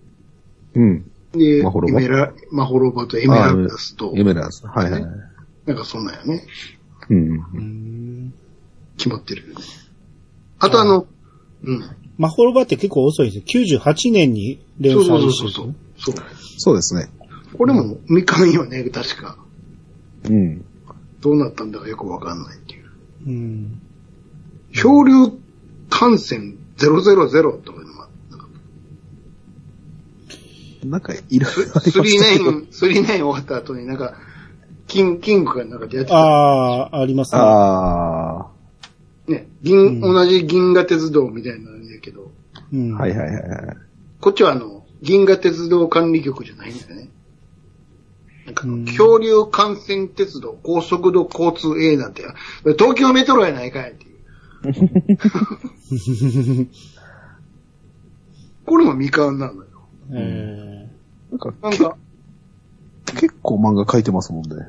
S3: うん。
S2: で、エ
S3: マホロバ
S2: メラ、マホロバとエメラルダスと
S3: エ、メラルダス。はいはいはい。
S2: なんかそんなんやね。
S3: うん
S4: う。ん。
S2: 決まってるよね。あとあの、うん。
S4: マホロバって結構遅いんですよ。98年に連
S2: そ
S4: 載
S2: う
S4: してる
S2: そ
S4: んで
S2: う
S4: す
S2: そうそ
S4: よ
S2: う。そう。
S3: そうですね。
S2: これも未完よね、確か。
S3: うん。
S2: どうなったんだかよくわかんないっていう。
S4: うん。
S2: 漂流艦船000とかいうのもあった
S3: なんか、いろいろありましたけど。
S2: 39、39終わった後になんか、キング、キングがなんかでやってた。
S4: ああ、ありますね。
S3: あ
S2: ね、銀、
S4: うん
S2: 同じ銀河鉄道みたいなんだけど、
S4: うん。
S3: あ。はいはいはいはい。
S2: こっちはあの、銀河鉄道管理局じゃないんだよね。なんかあの
S4: うん
S2: 恐竜幹線鉄道高速度交通 A なんて、東京メトロやないかいっていう。これも未完なのよ。
S4: えー
S3: なんか、
S2: なんか、
S3: 結構漫画描いてますもんね。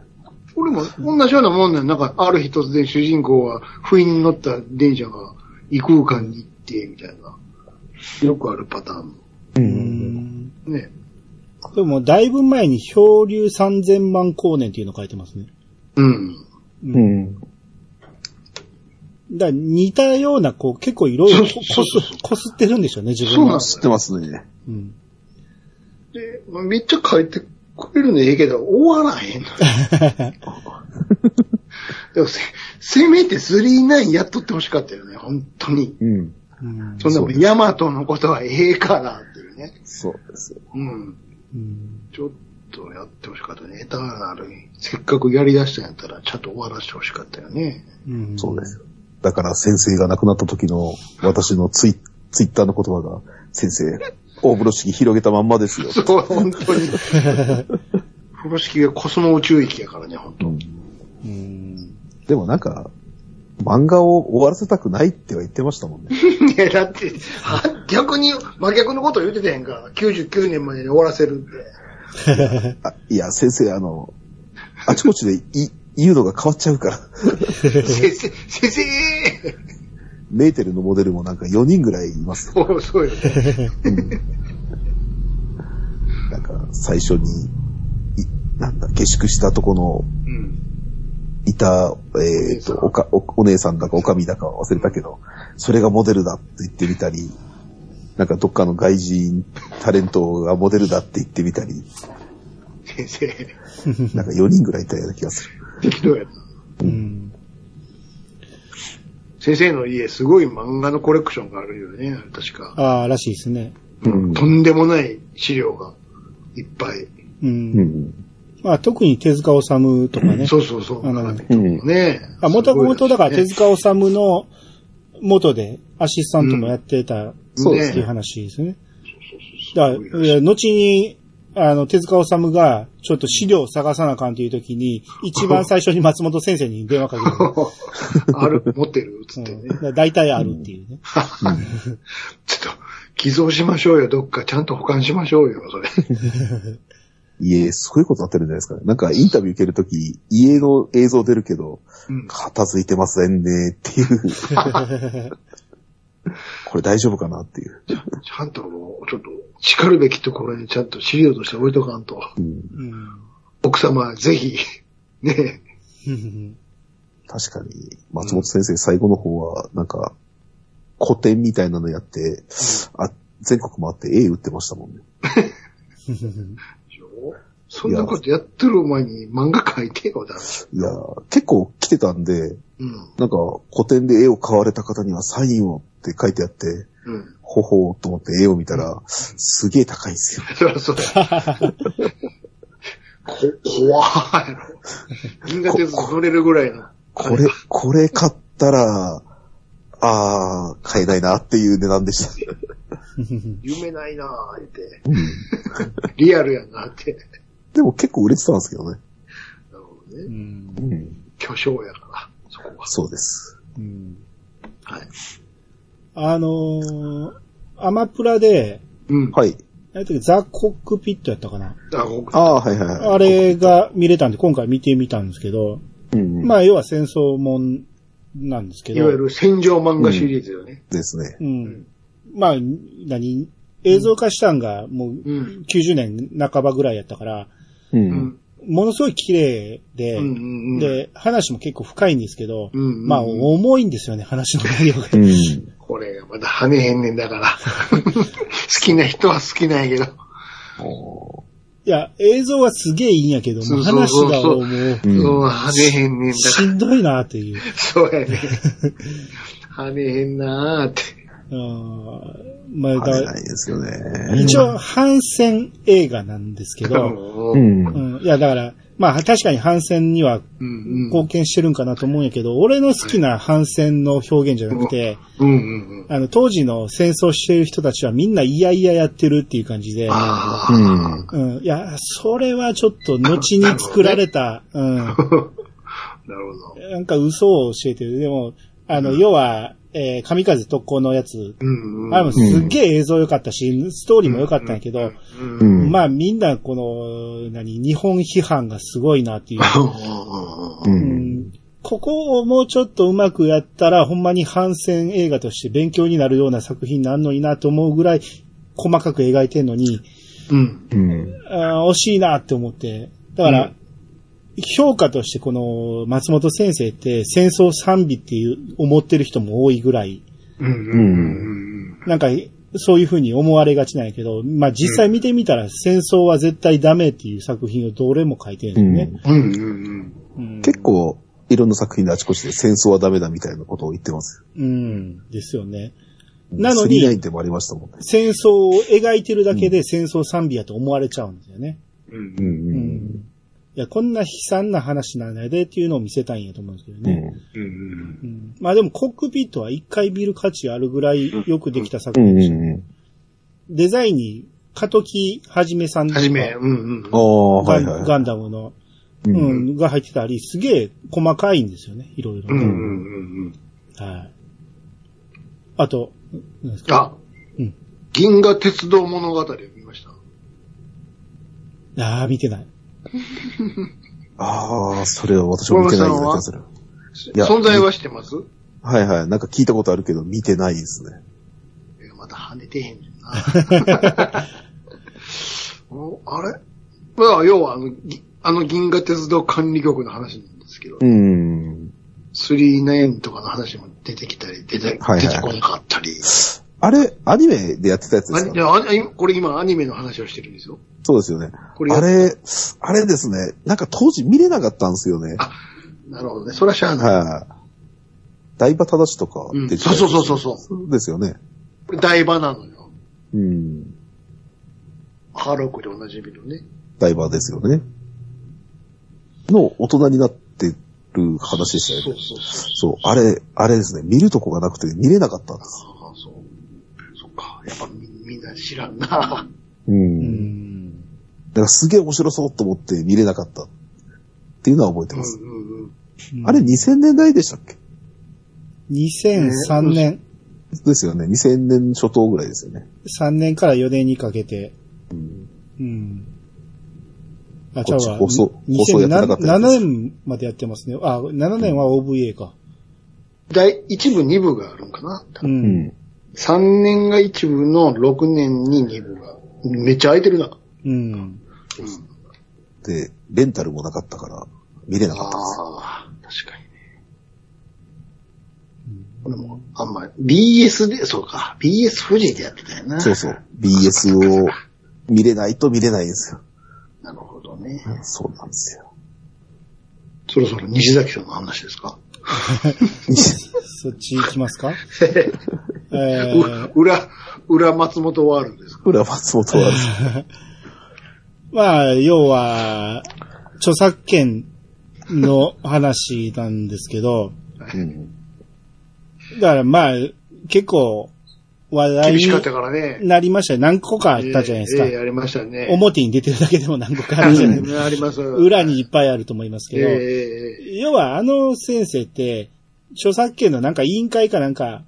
S2: これも同じようなもんなのなんか、ある日突然主人公は不意に乗った電車が異空間に行って、みたいな。よくあるパターン
S3: う
S4: う。ん
S2: の。ね。
S4: でも、だいぶ前に漂流3000万光年っていうの書いてますね。
S2: うん。
S3: うん。
S4: だから似たような、こう、結構いろいろこ
S2: そうそうそう
S4: す、こすってるんでしょうね、自
S2: そう
S4: 分
S2: なん
S4: が。
S3: 知ってますね。
S4: うん。
S2: で、まあめっちゃ書いてくれるのええけど、終わらへんのよ。でもせ、せめて39やっとってほしかったよね、本当に。
S3: うん。
S4: うん
S2: そんなもん、ヤマトのことはええからっていうね。
S3: そうですよ。
S2: うん。
S4: うん
S2: ちょっとやってほしかったね。だからあるせっかくやり出したんやったら、ちゃんと終わらせてほしかったよね。
S4: うん
S3: そうですよ。だから先生が亡くなった時の私のツイツイッターの言葉が、先生、大風呂敷広げたまんまですよ。
S2: そう、本当に。 風呂敷がコスモ宇宙域やからね、本当。
S3: うん
S4: うん。
S3: でもなんか、漫画を終わらせたくないっては言ってましたも んね。
S2: いや、だって、は逆に、真逆のこと言ってたやんか。99年までに終わらせる って。
S3: あいや、先生、あの、あちこちでい言うのが変わっちゃうから。
S2: 先生、先生
S3: メーテルのモデルもなんか4人ぐらいいま す。
S2: そう、そうよね。
S3: なんか、最初に、いなんだ、下宿したとこの
S2: うん。
S3: いた、えっ、と、おか、お、お姉さんだかおかみだかは忘れたけど、それがモデルだって言ってみたり、なんかどっかの外人タレントがモデルだって言ってみたり、
S2: 先生、
S3: なんか4人ぐらいいたような気がする。
S2: 適当やな。
S4: うん。
S2: 先生の家、すごい漫画のコレクションがあるよね、確か。
S4: ああ、らしいですね。
S3: うん
S2: とんでもない資料がいっぱい。
S4: う。
S3: うんん。
S4: まあ、特に手塚治虫とかね。
S2: そうそうそう。
S4: あの
S2: 並べ
S3: うん
S2: て。ね
S4: あ、もともとだから手
S2: 手
S4: 塚治虫の元でアシスタントもやってたっ
S3: そうです
S4: ていう
S2: ね。
S4: 話ですね。
S2: そう
S4: だ
S2: そ
S4: か
S2: うそう
S4: ら、いや後に、あの、手塚治虫が、ちょっと資料を探さなあかんという 時に、一番最初に松本先生に電話かけた。
S2: ある、持ってるつ
S4: う
S2: っ
S4: ん
S2: てね。
S4: だから大体あるっていうね。
S2: ちょっと、寄贈しましょうよ、どっか。ちゃんと保管しましょうよ、それ。
S3: いえ、すごいことになってるんじゃないですかね。なんかインタビュー受けるとき、家の映像出るけど、
S2: うん
S3: 片付いてませんねっていう。 これ大丈夫かなっていう。
S2: ちゃんともう、ちょっと、叱るべきところにちゃんと資料として置いとかんと。
S3: うん
S4: う
S2: 奥様、ぜひ、ね
S4: ん。
S3: 確かに、松本先生最後の方は、なんか、古典みたいなのやって、あ、全国回って A 打ってましたもんね。
S2: そんなことやってるお前に漫画描いてよ、だろ。
S3: いやー、結構来てたんで、
S2: うん。
S3: なんか古典で絵を買われた方にはサインをって書いてあって、
S2: うん。
S3: ほほーと思って絵を見たら、すげえ高いんですよ。
S2: そりゃそうだ。こ、怖いやろ。銀河鉄道乗れるぐらいの。
S3: これ、これ買ったら、あー、買えないなっていう値段でした。
S2: 夢ないなぁ、言って。リアルやなって。
S3: でも結構売れてたんですけどね。
S2: なるほどね。
S4: うん
S3: うん、
S2: 巨匠やから、そこは。
S3: そうです。
S4: うん
S2: はい。
S4: あのー、アマプラで、
S2: うん。い。
S3: はい。
S4: あれ時ザ・コックピットやったかな。
S2: あ、僕
S3: あー、はいはいはい。
S4: あれが見れたんで、今回見てみたんですけど、
S3: うんうん
S4: まあ、要は戦争もんなんですけ
S2: い
S4: ど、
S2: わゆる戦場漫画シリーズよね。
S3: ですね。
S4: うん。まあ、何、映像化したんがもう
S2: うん。
S4: 90年半ばぐらいやったから、
S3: う。
S2: うんん。
S4: ものすごい綺麗で、
S2: うん。うん。
S4: で、話も結構深いんですけど、
S2: うんうんうん
S4: まあ、重いんですよね、話の内容 が
S3: う。ん。
S2: これがまだ跳ねへんねんだから。 好きな人は好きなんやけど。
S4: いや、映像はすげえいいんやけど
S2: そ
S4: も、
S2: うそう
S4: 話
S2: そう
S4: が
S2: そ
S4: も
S2: う
S3: う
S4: う、
S3: ん
S2: そう、跳ねへんねんだ
S4: し
S2: か
S4: んどいなって いう。
S2: ら。そうやね。跳ねへんなーって。
S4: うんまあ、
S3: あれ
S4: だ
S3: ないですよね。
S4: 一応、反戦映画なんですけ
S3: う
S4: ど、
S2: うん。
S3: ん。
S4: うん、いや、だから、まあ、確かに反戦には
S2: うん。
S4: 貢献してるんかなと思うんやけど、俺の好きな反戦の表現じゃなくて、
S2: うん。うん。
S4: あの、当時の戦争してる人たちはみんないやいややってるっていう感じで、
S2: あ
S3: う
S2: あ。
S3: ん。
S4: うん、いや、それはちょっと後に作 られた、うん、
S2: なるほど。
S4: なんか嘘を教えてる。でも、あの、要は、えー、神風特攻のやつ、
S2: うん。うん
S4: あれもすっげえ映像良かったし、ストーリーも良かったんやけど、
S2: う。
S3: うんん。
S4: まあみんなこの、何、日本批判がすごいなっていう。
S3: う。
S4: うんんここをもうちょっとうまくやったら、ほんまに反戦映画として勉強になるような作品なんのになと思うぐらい細かく描いてんのに、
S2: うん。
S3: うん。
S4: あー惜しいなって思って。だから、
S2: う
S4: 評価としてこの松本先生って戦争賛美っていう思ってる人も多いぐらい、
S2: うん。うん。
S4: なんかそういうふうに思われがちなんやけど、まあ実際見てみたら戦争は絶対ダメっていう作品をどれも書いてるんですよね。
S2: うん。うん。
S4: うん
S3: 結、構、いろんな作品であちこちで戦争はダメだみたいなことを言ってます。
S4: うん、ですよね。なの
S3: 39
S4: に、
S3: でもありましたもんね。
S4: 戦争を描いてるだけで戦争賛美やと思われちゃうんですよね。
S2: うん
S3: う。ん
S4: う
S3: うん
S4: ん。いや、こんな悲惨な話なんやでっていうのを見せたいんやと思うんですけど
S3: う
S4: ね。
S3: ん。
S2: うん。
S4: うんまあでもコックピットは一回見る価値あるぐらいよくできた作
S3: う
S4: 品
S3: ん
S4: で
S3: う
S4: した。
S3: んうん。
S4: デザインに、カトキはじめさんと
S2: は
S4: か
S2: じめ、うんうん。
S3: ああ、
S4: ガ
S3: はい
S4: ン
S3: はい。
S4: ガンダムの、
S3: う。
S4: うんん、が入ってたり、すげえ細かいんですよね、いろいろと。
S2: うんうんうん。
S4: はい。あと、何ですか
S2: あ、
S4: うん。
S2: 銀河鉄道物語を見ました。
S4: ああ、見てない。
S3: ああ、それは私も見てないような気がする。いや
S2: 存在はしてます
S3: はいはい。なんか聞いたことあるけど、見てないですね。
S2: いやまた跳ねてへんねんな。 おあれまあ、要はあの、ぎあの銀河鉄道管理局の話なんですけど、
S3: うん。
S2: 39とかの話も出てきたり、出て、
S3: はいはい
S2: 出てこなかったり。
S3: あれ、アニメでやってたやつで
S2: あ
S3: す
S2: い
S3: か
S2: やあいこれ今アニメの話をしてるんですよ。
S3: そうですよね。
S2: これ
S3: あれ、あれですね。なんか当時見れなかったんですよね。
S2: あなるほどね。そらしゃあない。
S3: はい。大場正しとか
S2: うん、
S3: 出て
S2: そ
S3: た
S2: う
S3: やつ
S2: そうそうそうそ
S3: ですよね。
S2: う。これ台場なのよ。
S3: うん。
S2: ハーロックでおなじみのね。
S3: 大場ですよね。の大人になってる話でした
S2: そ
S3: よ
S2: う
S3: ね。
S2: そうそう。
S3: そう、あれ、あれですね。見るとこがなくて見れなかったんです。
S2: ああ、そう。そっか。やっぱみみんな知らん な。
S3: う。
S4: うんん。
S3: だからすげえ面白そうと思って見れなかったっていうのは覚えて
S2: うん
S3: ます。
S2: うんうん。
S3: あれ2000年代でしたっけ
S4: ?2003 年、
S3: ですよね。2000年初頭ぐらいですよね。
S4: 3年から4年にかけて、
S3: うん。
S4: うん。あ、ち
S3: こ
S4: ゃ
S3: っ
S4: う
S3: ち
S4: わ。
S3: 放送放送やってなかったやつ
S4: 2007年までやってますね。あ、7年は OVA か。
S2: 第1部、2部があるんかな。
S3: う
S4: う。
S3: んん。
S2: 3年が1部の6年に2部が。めっちゃ空いてるな。
S4: うん。
S2: うん。
S3: で、レンタルもなかったから、見れなかったんです。
S2: ああ、確かにね。これも、あんまり、BS で、そうか。BS 富士でやってたよな。
S3: そうそう。BS を見れないと見れないんですよ。
S2: なるほどね。
S3: そうなんです よ。
S2: そろそろ西崎さんの話ですか
S4: そっち行 きますかえー
S2: う裏、裏松本ワールドですか
S3: 裏松本はある。
S4: まあ、要は、著作権の話なんですけど、
S3: うん。
S4: だからまあ、結構、話題
S2: 厳
S4: に
S2: しかったからね。
S4: なりましたよ。何個かあったじゃないですか。
S2: ええええありましたね。
S4: 表に出てるだけでも何個かあるじゃないですか。
S2: あります。裏
S4: 裏にいっぱいあると思います
S2: え
S4: けど、
S2: え
S4: 要はあの先生って、著作権のなんか委員会かなんか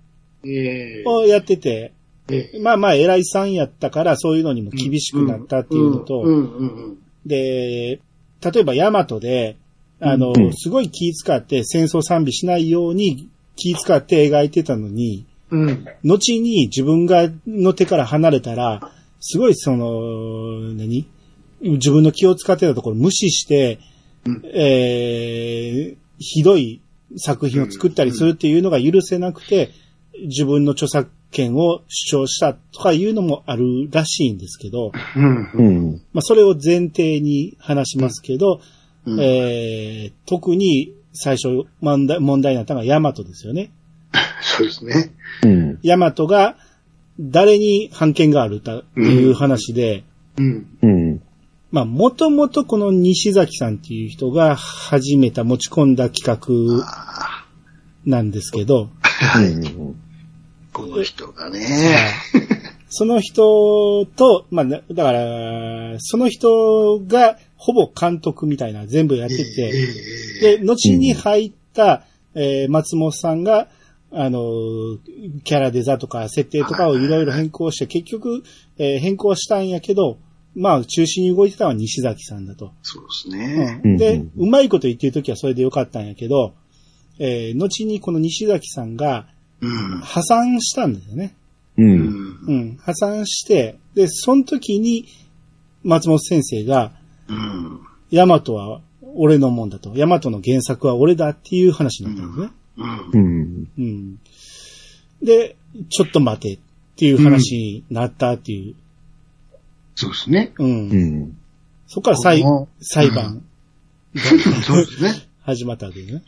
S2: えええ
S4: をやってて、
S2: ええ
S4: まあまあ偉いさんやったからそういうのにも厳しくなったっていうのと、
S2: うんうんうん
S4: で、例えばヤマトで、あの、
S3: うん
S4: すごい気使って戦争賛美しないように気使って描いてたのに、
S2: うん。うん。
S4: 後に自分が、の手から離れたら、すごいその、何自分の気を使ってたところ無視して、
S2: うん
S4: えー、ひどい作品を作ったりするっていうのが許せなくて、自分の著作権を主張したとかいうのもあるらしいんですけど、
S2: うん。
S3: うん。
S4: まあ、それを前提に話しますけど、
S2: うん
S4: えー特に最初問題問題になったのがヤマトですよね。
S2: そうですね。
S3: うん。
S4: ヤマトが誰に判権があるかっていう話で、
S2: うん。
S3: うん。
S4: まあ、もともとこの西崎さんっていう人が始めた持ち込んだ企画
S2: ああ、
S4: なんですけど、
S3: うん。
S2: この人がね。
S4: その人と、まあ、だから、その人がほぼ監督みたいな全部やってて、
S2: ええ
S4: で、後に入った、えー松本さんが、あのー、キャラデザとか設定とかをいろいろ変更して、結局、えー変更したんやけど、まあ、中心に動いてたのは西崎さんだと。
S2: そうですね。
S3: うん
S4: で
S3: うん、
S4: うまいこと言ってる時はそれでよかったんやけど、えー後にこの西崎さんが
S2: うん。
S4: 破産したんですよね。
S3: う。
S2: うんん。
S4: うん、破産して、で、その時に松本先生が、
S2: うん。
S4: ヤマトは俺のもんだと。ヤマトの原作は俺だっていう話になったんですね。
S2: うん
S3: う。ん。
S4: うん。で、ちょっと待てっていう話になったっていう。
S2: そうですね。
S4: うん。
S3: うん。
S4: そこから裁
S2: この
S4: 裁判
S2: そうですね。
S4: 始まったわけですね。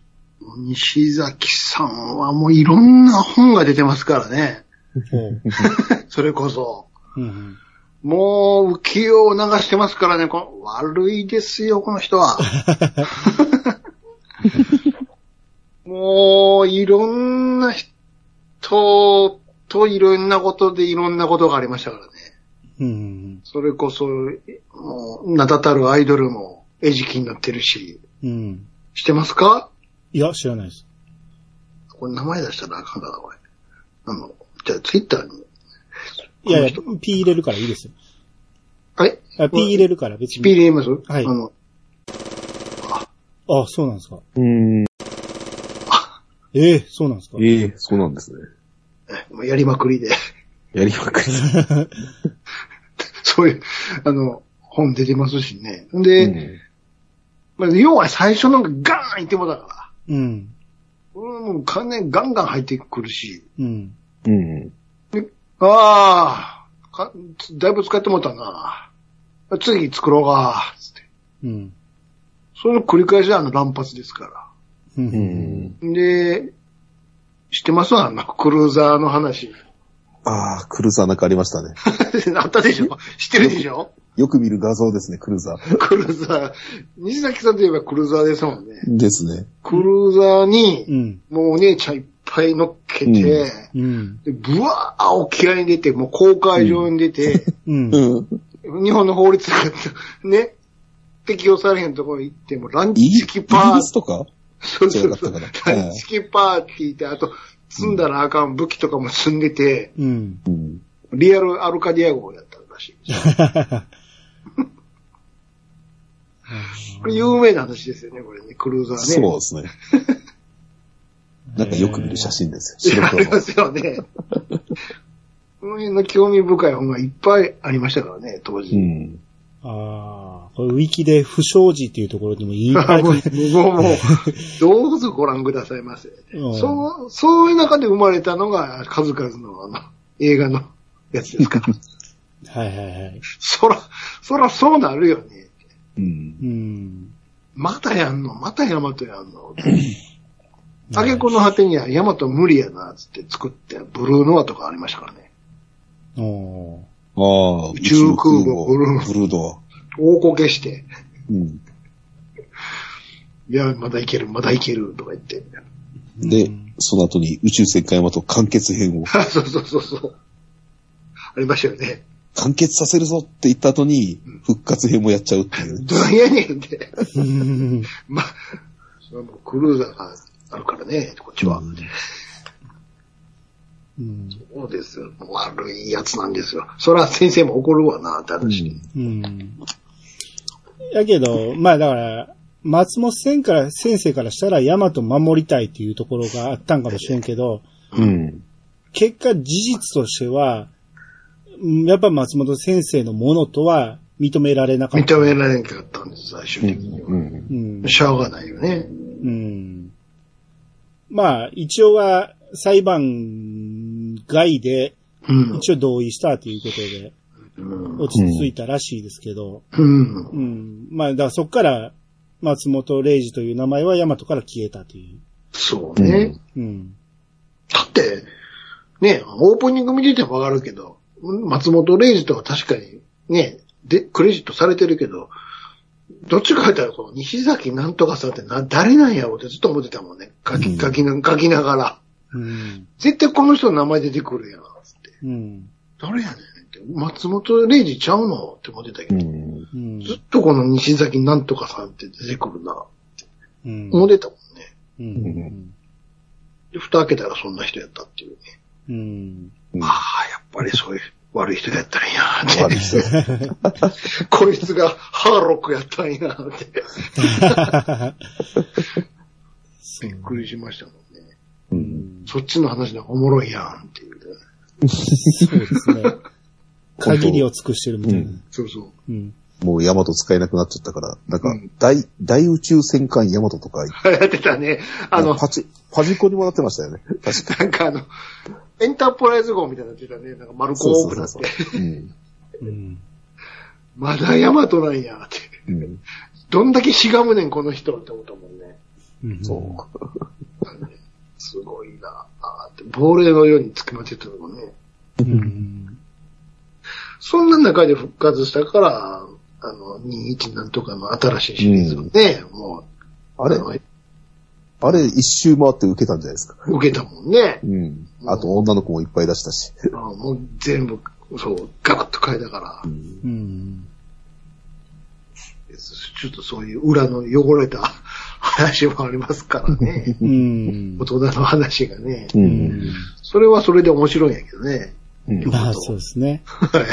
S2: 西崎さんはもういろんな本が出てますからね。それこそ。
S4: うんうん
S2: もう浮世を流してますからね。この悪いですよ、この人 は。もういろんな人といろんなことでいろんなことがありましたからね。
S4: うん
S2: それこそ、もう名だたるアイドルも餌食になってるし。
S4: うんうん
S2: 知ってますか
S4: いや、知らないです。
S2: これ名前出したらあかんかな、これ。あの、じゃあツイッターに。
S4: いやいや
S2: この、
S4: P 入れるからいいですよ。
S2: あれ
S4: あ P 入れるから別
S2: ?P 入
S4: に。
S2: れます
S4: はい
S2: あの、
S4: あ、そうなんですか。
S3: うん。
S4: ええそうなんですか。
S3: ええ、そうなんですね。
S2: えもうやりまくりで。
S3: やりまくり。
S2: そういう、あの、本出てますしね。で、まあ、要は最初のがガーンいってもだから。
S4: うん。
S2: うん、もう完全にガンガン入ってくるし。
S4: うん。
S3: うん。
S2: ああ、かだいぶ使ってもうたな。次作ろうが、つって。
S4: うん。
S2: その繰り返しであの乱発ですか
S4: う。
S3: うんん。
S2: ら。で、知ってますあの、クルーザーの話。
S3: ああ、クルーザーなんかありました ね。
S2: あったでしょ知ってるでしょ
S3: よく見る画像ですね、クルーザー。
S2: クルーザー。西崎さんといえばクルーザーですもんね。
S3: ですね。
S2: クルーザー
S4: う
S2: に、
S4: ん。
S2: もうお姉ちゃんいっぱい乗っけて、
S3: うん
S4: うん。
S2: でぶわー沖合に出て、もう公海上に出て、
S4: うん。
S3: うん。
S2: 日本の法律が ね、適用されへんところ行って、もう乱
S3: イギ
S2: 式パー
S3: リスとか
S2: そう
S3: じ
S2: そ
S3: ゃな
S2: う
S3: か
S2: そ
S3: っ
S2: う
S3: たかな
S2: 乱式パーティーって、あと、積んだらあかん武器とかも積んでて、
S4: うん。
S3: うん。
S2: リアルアルカディア号やったらしいです。これ有名な話ですよね、これね、クルーザーね。
S3: そうです ね。なんかよく見る写真ですよ。
S2: あ
S3: 白
S2: りま
S3: 黒の。
S2: すよね。この辺の興味深い本がいっぱいありましたからね、当時。
S3: うん。
S4: ああ、これウィキで不祥事っていうところにもいっぱい
S2: も、
S4: 書い う
S2: もうもう、どうぞご覧くださいませ。
S4: うん
S2: そう、そういう中で生まれたのが数々のあの、映画のやつですから。
S4: はいはいはい。
S2: そら、そらそうなるよね。
S3: うん
S4: う。ん。
S2: またやんのまたヤマトやんのあげこの果てにはヤマト無理やな、つって作って、ブルーノアとかありましたからね。
S4: おー
S3: ああ、
S2: 宇宙空母ブルーノ
S3: ブルードア。
S2: 大こけして、
S3: うん。
S2: いや、まだいける、まだいける、とか言って。
S3: で
S4: うん、
S3: その後に宇宙戦艦ヤマト完結編を、
S2: そうそうそうそう。ありましたよね。
S3: 完結させるぞって言った後に、復活編もやっちゃうっていう。
S2: どんやねんって。
S4: うん
S2: まあ、それはもうクルーザーがあるからね、こっちは。
S3: うん
S4: うん
S2: そうですよ。悪いやつなんですよ。そら先生も怒るわな、って話。
S3: うん
S4: うん。やけど、まあだから、松本先から、先生からしたら、ヤマト守りたいっていうところがあったんかもしれんけど、
S3: うん。
S4: 結果事実としては、うんやっぱ松本先生のものとは認められなかった。
S2: 認められなかったんです、最終的には。
S3: うん。
S4: うん。
S2: しゃあがないよね。
S4: うん。まあ、一応は裁判外で、
S2: うん。
S4: 一応同意したということで、
S2: うん。
S4: 落ち着いたらしいですけど、
S2: うん
S4: うん。まあ、だからそっから、松本零士という名前はヤマトから消えたとい
S2: そうね。
S3: うん
S4: う。うん。
S2: だって、ね、オープニング見ててもわかるけど、松本零士とは確かに、ね、で、クレジットされてるけど、どっちか言ったら、この西崎なんとかさんってな、誰なんやろうってずっと思ってたもんね。書
S3: う
S2: き、
S3: ん
S2: 書きな、書きながら。
S4: うん。
S2: 絶対この人の名前出てくるやん、つって。
S4: うん。
S2: 誰やねんって。松本零士ちゃうのって思ってたけ
S3: う
S2: ど、
S3: ん。
S4: うん。
S2: ずっとこの西崎なんとかさんって出てくるな。
S4: うん。
S2: 思ってたもんね。
S4: うん。
S2: で、蓋開けたらそんな人やったっていうね。
S4: うん。
S2: ああ、やっぱりそういう悪い人だったんやーって。
S3: 悪い人。
S2: こいつがハーロックやったんやって。
S4: そ
S2: びっくりしましたもんね。
S3: うん。
S2: そっちの話の方がおもろいやんっていう。
S4: そうですね。限りを尽くしてるみたいな。
S2: そうそう。
S4: うん。
S3: もうヤマト使えなくなっちゃったから、なんか
S2: うん、
S3: 大、大宇宙戦艦ヤマトとか、
S2: やってたね。あの、
S3: パチ、パチンコにもなってましたよね。確か
S2: なんかあの、エンタープライズ号みたいになってたね。なんか丸子多くなって。
S3: う。うん。
S4: うん。
S2: まだヤマトなんやって。
S3: うん。
S2: どんだけしがむねん、この人って思ったもんね。
S4: うん
S3: そう。
S2: すごいなあって。亡霊のようにつきまってたもんね。
S4: うん。
S2: そんな中で復活したから、あの、21なんとかの新しいシリーズをね、もう、
S3: あれ、あれ一周回って受けたんじゃないですか。
S2: 受けたもんね。
S3: うん。あと女の子もいっぱい出したし。
S2: あもう全部、そう、ガラッと変えたから、
S4: うん。
S2: ちょっとそういう裏の汚れた 話もありますからね。
S4: うん
S2: 大。人の話がね。
S3: う。
S4: うんん。
S2: それはそれで面白いんやけどね。
S3: うん。
S4: まあ、そうですね。
S2: はい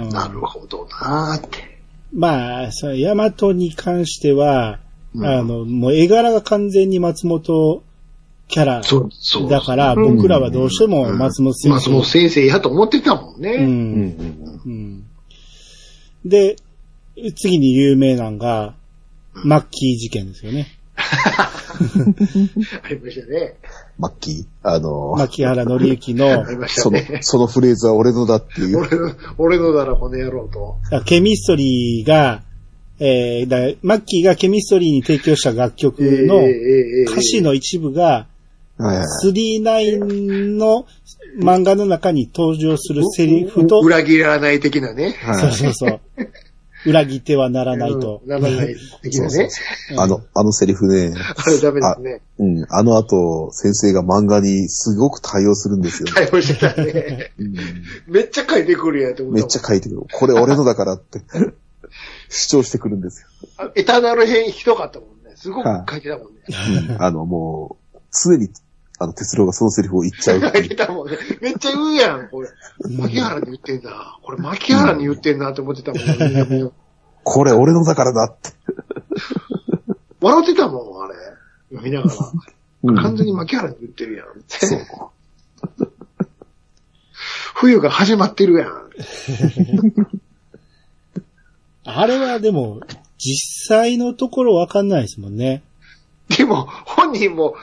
S4: うん
S2: なるほどなーって。
S4: まあ、その、ヤマトに関しては、
S2: うん
S4: あの、もう絵柄が完全に松本キャラ
S2: そう、そう。
S4: だから、
S2: うん
S4: 僕らはどうしても松本先
S2: 松本
S4: 生。
S2: 先生やと思ってたもんね。
S4: う。
S3: うんん。
S4: うん。で、次に有名なんが、マッキー事件ですよね。
S2: ありましたね。
S3: マッキー。あのー、
S4: 牧原紀 之の
S2: あ、りました
S3: その
S2: ね、。
S3: そのフレーズは俺のだっていう。
S2: 俺の、俺のならこの野郎と。
S4: あケミストリーが、えーだマッキーがケミストリーに提供した楽曲の歌詞の一部が、
S3: はいはい。
S4: 39の漫画の中に登場するセリフと、
S2: 裏切らない的なね。
S4: そう
S3: はい。
S4: そうそう、裏切ってはならないと。
S2: ならない的なね。
S3: あの、あのセリフね。
S2: あれダメですね。
S3: うん。あの後、先生が漫画にすごく対応するんですよ。
S2: 対応してた ね。めっちゃ書いてくるやんって思
S3: め
S2: っ
S3: ったちゃ書いてくる。これ俺のだからって、 主張してくるん です
S2: もん。あエターナル編ひどかったもんね。すごく書いてたもんね。
S3: よ。あの、もう、常に、あの、哲郎がそのセリフを言っちゃうって
S2: 書い
S3: い
S2: て
S3: う。
S2: たもんね。めっちゃ言うやん、これ。牧原に言ってんだ。これ牧原に言ってんなって思ってたもん、ね。
S3: これ俺のだからだって。
S2: 笑ってたもん、あれ。読みなが
S3: うん
S2: ら。完全に牧原に言ってるやん。
S3: そう。
S2: 冬が始まってるやん。
S4: あれはでも、実際のところわかんないですもんね。
S2: でも、本人も、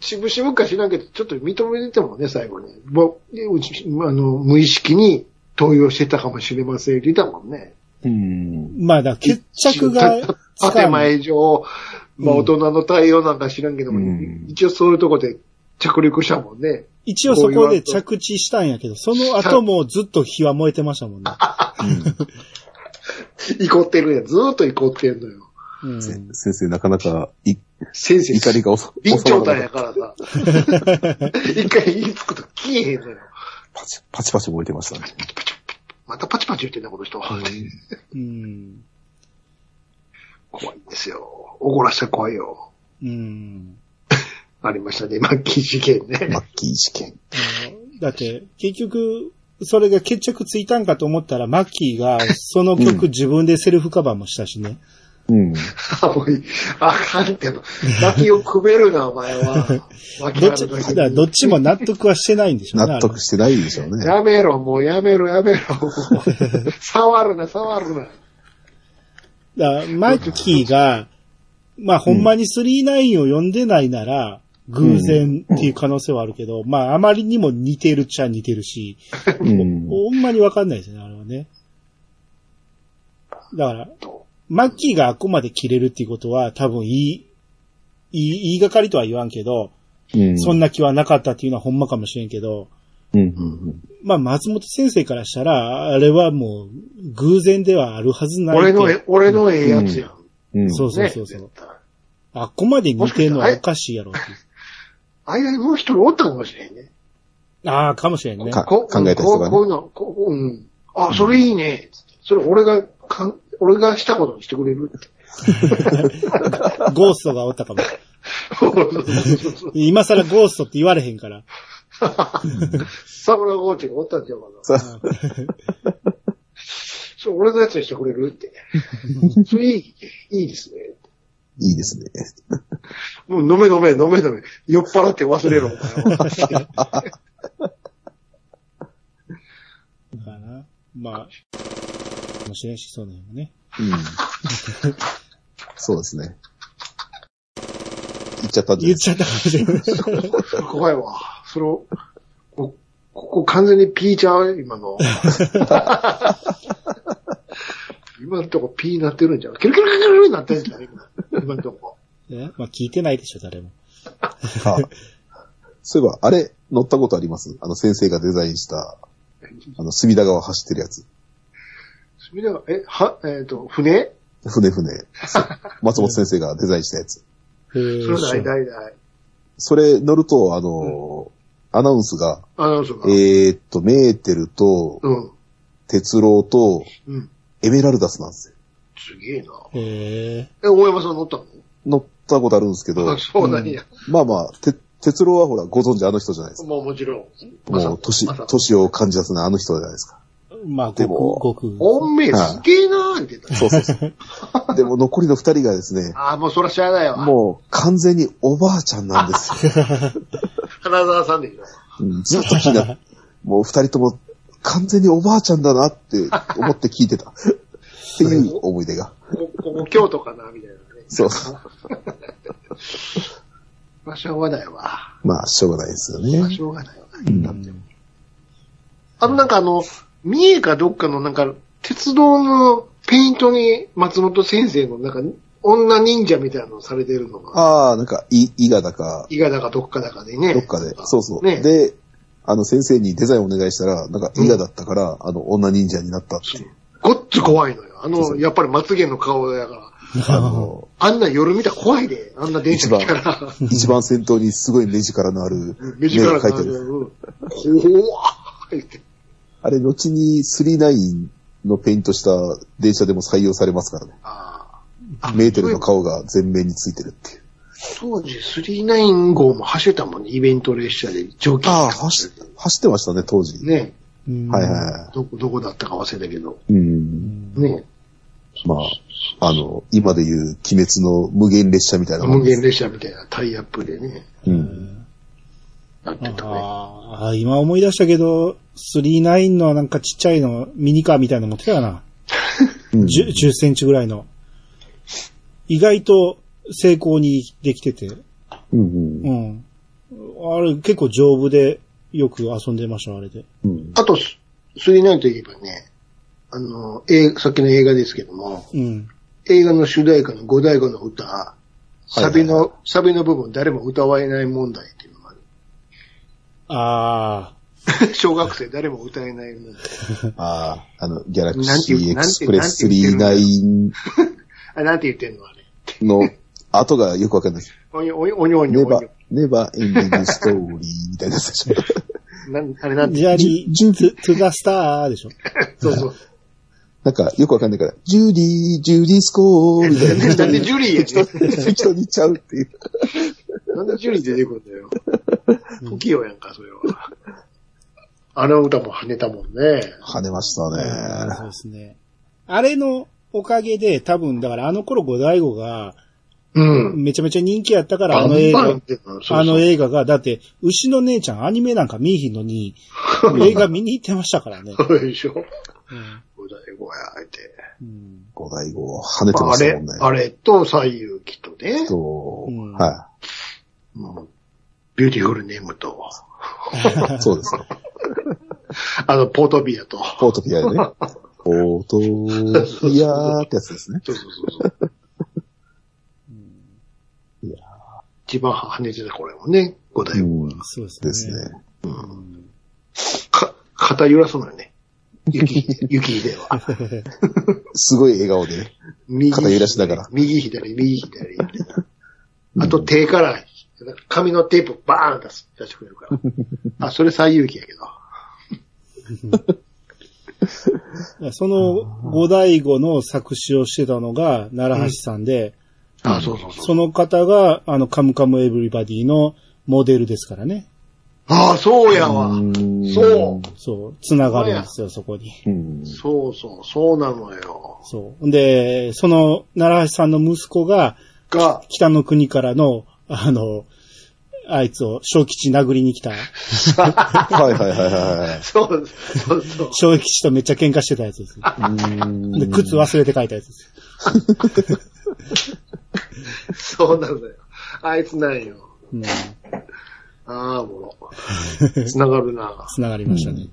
S2: しぶしぶか知らんけど、ちょっと認めてたもんね、最後に。もう、うちあの、無意識に投与してたかもしれませんって言ったもんね。
S3: うん。
S4: まあ、だから決着
S2: た
S4: がつ
S2: た
S4: か
S2: 建
S4: ない。
S2: 前上、まあ大人の対応なんか知らんけども、
S3: うん
S2: 一応そういうとこで着陸したもんね。
S4: 一応そこで着地したんやけど、その後もずっと火は燃えてましたもんね。
S2: 怒ってるやん。ずーっと怒ってんのよ。
S4: うん
S3: せ先生、なかなか、 い、
S2: 先生、
S3: 怒りが収
S2: 臨
S3: 収ま
S2: 場
S3: ら
S2: 体
S3: な
S2: や
S3: い。
S2: から さ。一回言いつくと消えへんのよ。
S3: パチ、パチパチ燃えてましたね。
S2: またパチパチ言ってんだ、この人。
S4: うん。
S2: 怖いんですよ。怒らしたら怖いよ。
S4: うん。
S2: ありましたね。末期事件ね
S3: マ。ッキー事件。
S4: あのだって、結局、それが決着ついたんかと思ったら、マッキーが、その曲自分でセルフカバーもしたしね。
S3: うん。
S2: あ、もういい。あかんっての。巻きをくべるな、お前は。巻き
S4: どっち、だからどっちも納得はしてないんでしょうね。
S3: 納得してないでしょうね。
S2: やめろ、もうやめろ、やめろ。も う触るな、触るな。
S4: あれだからマッキーが、まあ、ほんまに39を読んでないなら、偶然っていう可能性はあるけど、まあ、あまりにも似てるっちゃ似てるし、
S3: うん。
S4: ほんまにわかんないですね、あれはね。だから、マッキーがあくまで切れるっていうことは、多分いい、いい、言いがかりとは言わんけど、
S3: うん。
S4: そんな気はなかったっていうのはほんまかもしれんけど、
S3: うんうん
S4: まあ、松本先生からしたら、あれはもう、偶然ではあるはずないって。
S2: 俺の、俺のええやつやん。
S3: うん。うん。
S4: そうそう
S2: ね
S4: そうそう、
S2: 絶対
S4: あっこまで似てんのはおかしいやろっていう
S2: 間にもう一人おったかもしれんね。
S4: ああ、かもしれんね。
S3: か
S2: こ
S3: 考えた人がね
S2: こうこういうの、こう、うん。あ、それいいね。それ俺が、かん俺がしたことにしてくれ るって。
S4: ゴーストがおったかも。今更ゴーストって言われへんから。
S2: サムラゴーチがおったんちゃうかな。
S3: さ
S2: そう、俺のやつにしてくれるって。それいい、いいですね。
S3: いいですね。
S2: もう飲め飲め飲め飲め。酔っ払って忘れ ろ、お前は。
S4: かな。まあ、かもしれんし、そうなのね。
S3: うん。 そうですね。言っちゃったんじゃない
S4: 言っちゃったかもしれない。
S2: 怖いわ。それを、こここ完全にピーちゃう今の。 今のとこピーなってるんじゃん。キルキルキルキルになってるんじゃん、今。今のとこ。
S4: ねまあ、聞いてないでしょ、誰も。
S3: あ そういえば、あれ、乗ったことありますあの先生がデザインした、あの、隅田川走ってるやつ。
S2: それでは、え、は、えっ、と、船
S3: 船船。松本先生がデザインしたやつ。
S4: それ
S2: それないないない。
S3: それ乗ると、あの、アナウンスが、
S2: アナウンスが。
S3: えーっと、メーテルと、
S2: うん。
S3: 鉄郎と、
S2: うん。
S3: エメラルダスなんですよ。
S2: すげえな。
S4: え
S2: え、大山さん乗ったの
S3: 乗ったことあるんですけど
S2: あ、、そうなんや。
S3: まあまあ、て鉄郎はほら、ご存知あの人じゃないですか。
S2: もうもちろん。
S3: もう、年、
S2: まさか
S3: 年を感じさせないあの人じゃないですか。
S4: ー、まあ、
S3: でも
S4: ごく、ごく。
S2: おめえすげえなーって言ってた。
S3: そうそう そう。でも残りの二人がですね、
S2: ああ、もうそらしゃあないわ。もう。
S3: もう完全におばあちゃんなんですよ。
S2: 花沢さんでしょ。
S3: うんずっと聞いた。もう二人とも完全におばあちゃんだなって思って聞いてた。っていう思い出が。
S2: こここ京都かなみたいなね。
S3: そうそう。
S2: まあ、しょうがないわ。
S3: まあ、しょうがないですよ
S2: まあ、
S3: ね
S2: し。ょうがないわ。だってあの、なんかあの、三重かどっかのなんか、鉄道のペイントに松本先生のなんか、女忍者みたいなのされてるのが、
S3: ああ、なんか、い、伊賀だか、
S2: 伊賀だかどっかだかでね。
S3: どっかで。そうそう。
S2: ね。
S3: で、あの、先生にデザインお願いしたら、なんか、伊賀だったから、あの、女忍者になったっていう。
S2: ごっつ怖いのよ。あ
S3: そうそ
S2: の、
S3: う
S2: やっぱりまつげの顔やから。
S3: あの、
S2: あんな夜見たら怖いで。あんな電車来たら。
S3: 一番先頭にすごい目力のある、
S2: 目力が
S3: が
S2: あ
S3: 描いて
S2: る
S3: る。。
S2: うん怖いって。
S3: あれ、後に39のペイントした電車でも採用されますからね。
S2: あ
S3: メーテルの顔が全面についてるっていう。
S2: ー当時、39号も走ったもんね。イベント列車で、蒸気機
S3: ああ、
S2: 関
S3: 走走ってましたね、当時。
S2: ね。
S4: うん
S3: はいはいは
S2: どこ、どこだったか忘れたけど。
S3: い。うん。
S2: ね。
S3: まあ、あの、今で言う鬼滅の無限列車みたいなも
S2: 無
S3: んです
S2: 限列車みたいなタイアップでね、
S3: うん。
S2: やってたね。
S4: ああ、今思い出したけど、39のなんかちっちゃいの、ミニカーみたいなの持ってたよな。
S3: うん
S4: 10, 10センチぐらいの。意外と成功にできてて。
S3: うんうん
S4: うん。あれ結構丈夫で、よく遊んでました、あれで。
S3: うん
S2: あと、スリーナイトいえばね、あの、映さっきの映画ですけども、
S4: うん。
S2: 映画の主題歌の五大五の歌、
S3: いはい
S2: サビの、サビの部分誰も歌わない問題っていうのがあ
S4: ああ。
S2: る。小学生誰も歌えない問題。
S3: ああ、あの、ギャラク
S2: なんて
S3: シ
S2: いう
S3: ーエ
S2: なん
S3: ク
S2: て
S3: スプレス39
S2: あ、なんて言ってんのあれ。
S3: の後がよくわかんないです。
S2: おにょ、おにょ、おにょ、おに
S3: ネ
S2: ょ。お
S3: バ
S2: にょ、
S3: ネバエンディングストーリーみたいなやつで しょ。
S2: なんあれなんて
S4: ジャリー、トゥ、トゥザスターでしょ。
S2: そうそう。
S3: なんかよくわかんないから、ジュリー、ジュリースコーみたいな。
S2: なんでジュリーやね
S3: 適当に言っちゃうっていう。
S2: ん。なんでジュリー出てくるんだよ。不器用やんか、それは。あの歌も跳ねたもんね。
S3: 跳ねました
S4: うんそう
S3: ね。
S4: ですね。あれのおかげで、多分、だからあの頃五大五が、
S2: うん。
S4: めちゃめちゃ人気やったから、
S2: バ
S4: あの映
S2: ンバン
S4: 画
S2: っ、てそうそう
S4: あの映画が、だって、牛の姉ちゃんアニメなんか見えひん のに、映画見に行ってましたからね。
S2: そうでしょ。
S4: うん
S2: 五大五や、あえて。
S4: うん
S3: 五大五、跳ねて
S2: まあ
S3: ま
S2: あ
S3: した
S2: れ
S3: もんね、。
S2: あれと、西遊記とね、
S3: と
S4: うん、
S3: は
S2: もうビューティフルネームと、
S3: い。そうですね。
S2: あの、ポートビアと。
S3: ポートピア でね。ポートピアってやつですね。
S2: そうそうそうそう。いやー一番跳ねてたこれもね、五代
S3: う
S2: 五。
S3: ん。
S4: そうですね。
S3: ですね。
S2: か、肩揺らすのよね。雪、雪では。
S3: すごい笑顔でね。
S2: 右
S3: 肩揺らしながら
S2: 右左、右左。あと手から、紙のテープバーン出す、出してくれるから。あ、それ最遊記やけど。
S4: いやその五大五の作詞をしてたのが、奈良橋さんで、
S2: あ、そうそうそう。
S4: その方が、あの、カムカムエブリバディのモデルですからね。
S2: ああ、そうやわ。そう。
S4: そう、繋がるんですよ、そこに。
S3: うん。
S2: そうそう、そうなのよ。
S4: そう。んで、その、奈良橋さんの息子が、
S2: が、
S4: 北の国からの、あの、あいつを、小吉殴りに来た、
S3: はいはいはいはい
S2: そう、そうそう。
S4: 小吉とめっちゃ喧嘩してたやつです。
S3: はい。
S4: で、靴忘れて書いたやつです。
S2: そうなのよ。あいつなんよ。
S4: うん。
S2: ああ、もう。つながるな。
S4: 繋がりましたね。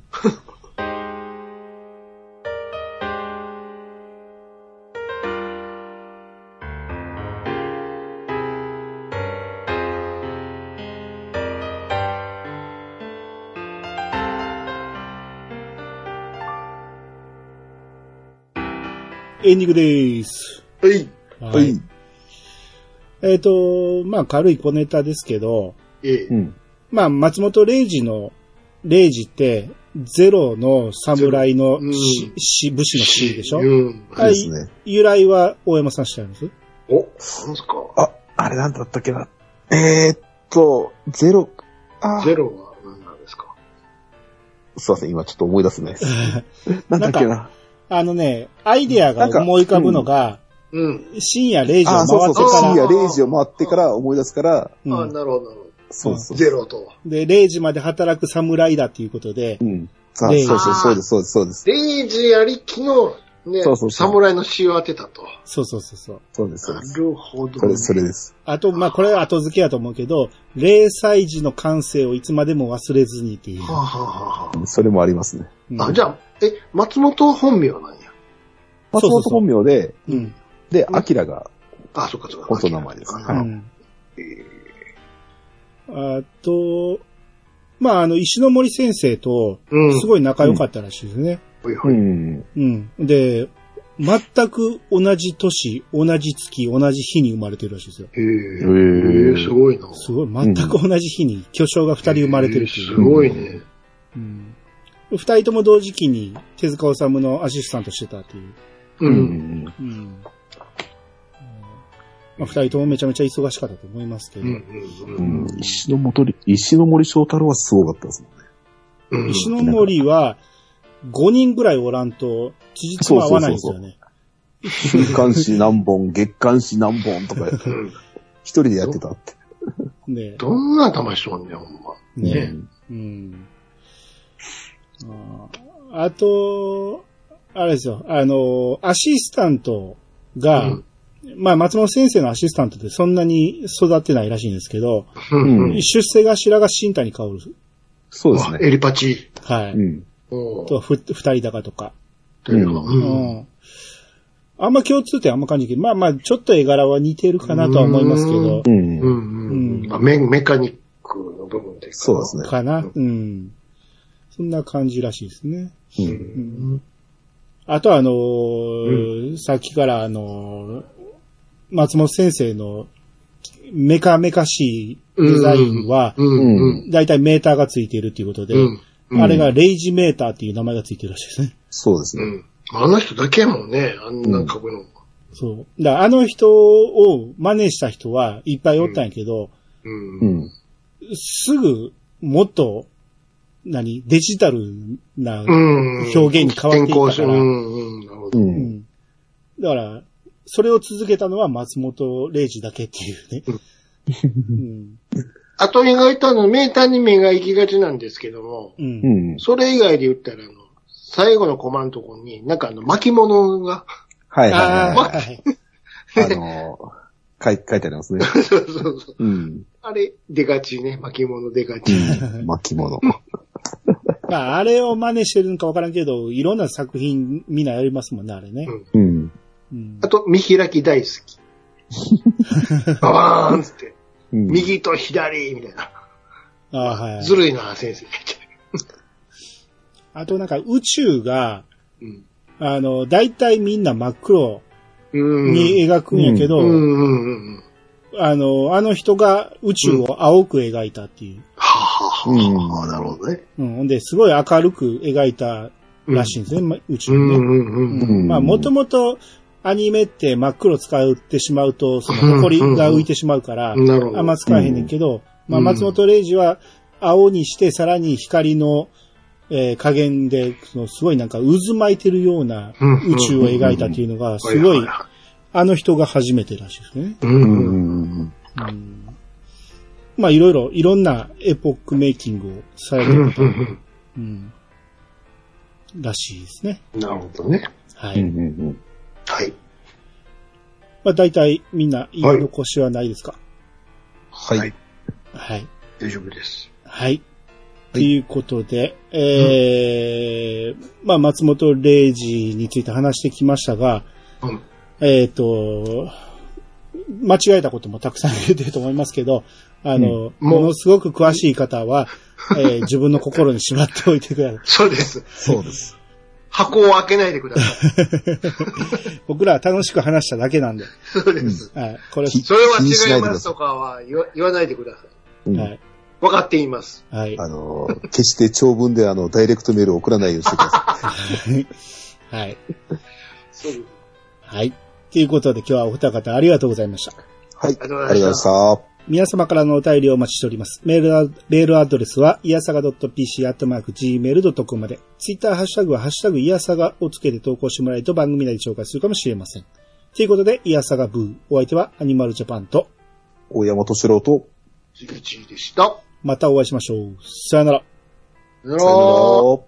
S4: エンディングです。
S2: はい。
S3: は。
S4: はいえっ、と、まあ軽い小ネタですけど、
S2: ええ
S3: う。ん。
S4: まあ、松本零士の、零士って、ゼロの侍の
S2: うん
S4: し、し、武士の士でしょ
S2: うん。
S3: あれですね。
S4: 由来は大山さん知ってあります
S2: お、なんすか。
S3: あ、あれなんだったっけな。えーっと、ゼロ、あ
S2: ゼロは何なんですか。
S3: すいません、今ちょっと思い出 すね。なんだっけな。
S4: あのね、アイデアが
S3: なんか
S4: 思い浮かぶのが、
S2: うん。
S4: 深夜零時を
S3: あ、そうそ
S4: 回
S3: う
S4: っ
S3: そう、
S4: て
S2: あ
S4: か
S3: 深
S4: ら
S3: 夜0時を回ってから思い出すから、
S4: うん
S2: ああ、なるほど、なるほ
S3: そうそ
S2: ど。
S3: う。
S2: ゼロと。、
S4: で、零時まで働く侍だっていうことで
S3: う、ん。さあ、
S4: 0
S3: そうそう、そうです、そうです、そうです。
S2: レイジありきの、ね
S3: そうそう、そう
S2: 侍の死を当てたと。
S4: そうそうそうそう。
S3: そうです、そう
S2: な
S3: です。
S2: るほど。
S3: それ、それです。
S4: あと、まあ、これは後付けやと思うけど、零歳児の感性をいつまでも忘れずにっていう。
S2: はあ、はあはあは
S3: それもありますね。
S4: うん
S2: あ、あ、じゃあ、え、松本本名なんや。
S4: そう
S3: 松
S4: そう
S3: 本
S4: そう
S3: 本名で、
S4: うん。
S3: で、アキラが、
S2: あ、そっかそっか。
S3: 本当の名前ですね
S2: あ
S3: はい
S4: うんあと、まあ、あの、石ノ森先生と、
S2: うん。
S4: すごい仲良かったらしいですね。
S2: ほいほ
S3: う
S2: い。
S3: ん。
S4: うん。で、全く同じ年、同じ月、同じ日に生まれてるらしいですよ。
S2: へえ
S3: へえ
S2: すごいな。
S4: すごい、全く同じ日に巨匠が二人生まれてるってい
S2: へえ
S4: う
S2: す。ごいね。
S4: うん。二人とも同時期に手塚治虫のアシスタントしてたっていう。
S2: う。
S3: うんん。
S4: うん。うんまあ、二人ともめちゃめちゃ忙しかったと思いますけ
S2: う
S4: ど。
S2: ん
S3: う
S2: うん
S3: ん。石の森、石の森章太郎はすごかったですもんね。
S2: うん。
S4: 石の森は、5人ぐらいおらんと、辻褄合わないんですよね。
S3: 週刊誌何本、月刊誌何本とか、
S2: うん
S3: 一人でやってたって。
S4: ね
S2: どんな頭しとんねん、ほんま。
S4: ね
S2: ね
S4: うん。あーあと、あれですよ、あの、アシスタントが、
S2: うん
S4: まあ松本先生のアシスタントってそんなに育ってないらしいんですけど、
S2: うん
S3: うん
S4: 出世頭が新谷薫。
S3: そうですね。
S2: エリパチ。
S4: はい。
S3: うん。
S2: お
S4: と
S2: ー
S4: ふ、二人だかとか。
S2: というのは
S4: う
S2: うん
S4: ん。あんま共通点あんま感じないけど、まあまあ、ちょっと絵柄は似てるかなとは思いますけど
S2: う
S3: う、ん。うん。
S2: ん
S4: う
S2: うんんまあメメカニックの部分で
S3: そうですね。
S4: かな。うん。そんな感じらしいですね。
S3: うん。
S4: うんあとはあのーさっきからあのー松本先生のメカメカしいデザインは、
S2: うん
S3: うん
S2: うん
S4: だいたいメーターがついているということで、
S2: うん
S3: うん
S4: あれがレイジメーターっていう名前がついてるらしいですね。
S3: そうです
S2: う
S3: ね。
S2: ん。あの人だけやもんね、あんな書くの。
S4: そう。だからあの人を真似した人はいっぱいおったんやけど、
S2: うん。
S3: うん。
S4: すぐもっと、何デジタルな、
S2: うん
S4: 表現に変わっていったか
S2: 転うんう
S4: ら
S2: ん、なるほ
S3: う。
S2: ど。
S4: うんんだから、それを続けたのは松本零士だけっていうね。うん。
S2: あと意外とあの、メーターに目が行きがちなんですけども、
S4: う。
S3: うんん。
S2: それ以外で言ったら、あの、最後のコマのとこに、なんかあの、巻物が、
S3: はいはい
S4: あ
S3: は
S4: あ、はい。
S3: い。あのー、書い書いてありますね。
S2: そうそうそう。
S3: うん。
S2: あれ、出がちね。巻物出がち。
S3: うん巻物。
S4: まあ、あれを真似してるのかわからんけど、いろんな作品みんなやりますもんね、あれね。
S3: うん。
S4: うん
S2: あ。と、見開き大好き。ババーンっつって、
S3: うん。
S2: 右と左、みたいな。
S4: ああ、はい。
S2: ずるいな、先生。
S4: あとなんか宇宙が、
S2: うん。
S4: あの、大体みんな真っ黒
S2: うん。
S4: に描くんやけど、
S2: うんうんうんうん。
S4: あの、あの人が宇宙を青く描いたっていう。
S2: はあはあはあはあ、
S3: うん
S2: なるほどね。
S4: うん。ほんで、すごい明るく描いたらしいんですね、ま宇宙
S2: う
S4: ね。
S2: んうんうん。
S3: ん
S4: まあ、もともとアニメって真っ黒使ってしまうと、その埃が浮いてしまうから、
S2: なるほど。
S4: あんま使えへんねんけど、まあ、
S2: うん
S4: 松本零士は青にして、さらに光の、えー加減で、そのすごいなんか渦巻いてるような
S2: うん
S4: 宇宙を描いたっていうのが、すごい、あの人が初めてらしいですね。
S2: うん
S3: う
S2: うん。
S3: ん。
S4: うんまあ、いろいろ、いろんなエポックメイキングをされて
S2: うん
S4: る、
S2: うん
S4: うん、らしいですね。
S2: うんなるほどね。
S4: は
S3: う
S4: い。
S3: んうん。
S2: はい。
S4: まあ、大体みんな言い残しはないですか、
S3: は
S2: はいい。
S4: はい。
S2: 大丈夫です。
S4: はい。ということで、えーまあ、松本零士について話してきましたが、
S2: うん。
S4: えっ、と、間違えたこともたくさん言ってると思いますけど、あの、も
S2: もう
S4: のすごく詳しい方は、え ー自分の心にしまっておいてください。
S2: そうです。
S3: そうです。
S2: 箱を開けないでくだ さい。
S4: 僕らは楽しく話しただけなんで、
S2: そうです。
S4: はい。これ、
S2: それは違いますとかは言わ言わないでください。
S3: うん
S4: はい。
S2: 分かっています。
S4: はい。
S3: あのー、決して長文であの、ダイレクトメールを送らないようにしてくださ
S4: はい。
S2: そうです。
S4: はい。ということで今日はお二方ありがとうございました。
S3: い。はい。あ
S2: あ
S3: り
S2: り
S3: が
S2: がとうございま
S3: とうございまし。
S2: した
S4: 皆様からのお便りをお待ちしております。メールアメールアドレスは、いやさが .pc.gmail.com まで。ツイッターハッシュタグは、ハッシュタグいやさがをつけて投稿してもらえると番組内で紹介するかもしれません。ということで、いやさがブー。お相手はアニマルジャパンと、
S3: 大山敏郎と、
S2: 次口でした。さ
S4: またお会いしましょう。さよなら。
S2: よな
S3: さよ
S2: ら
S3: なら。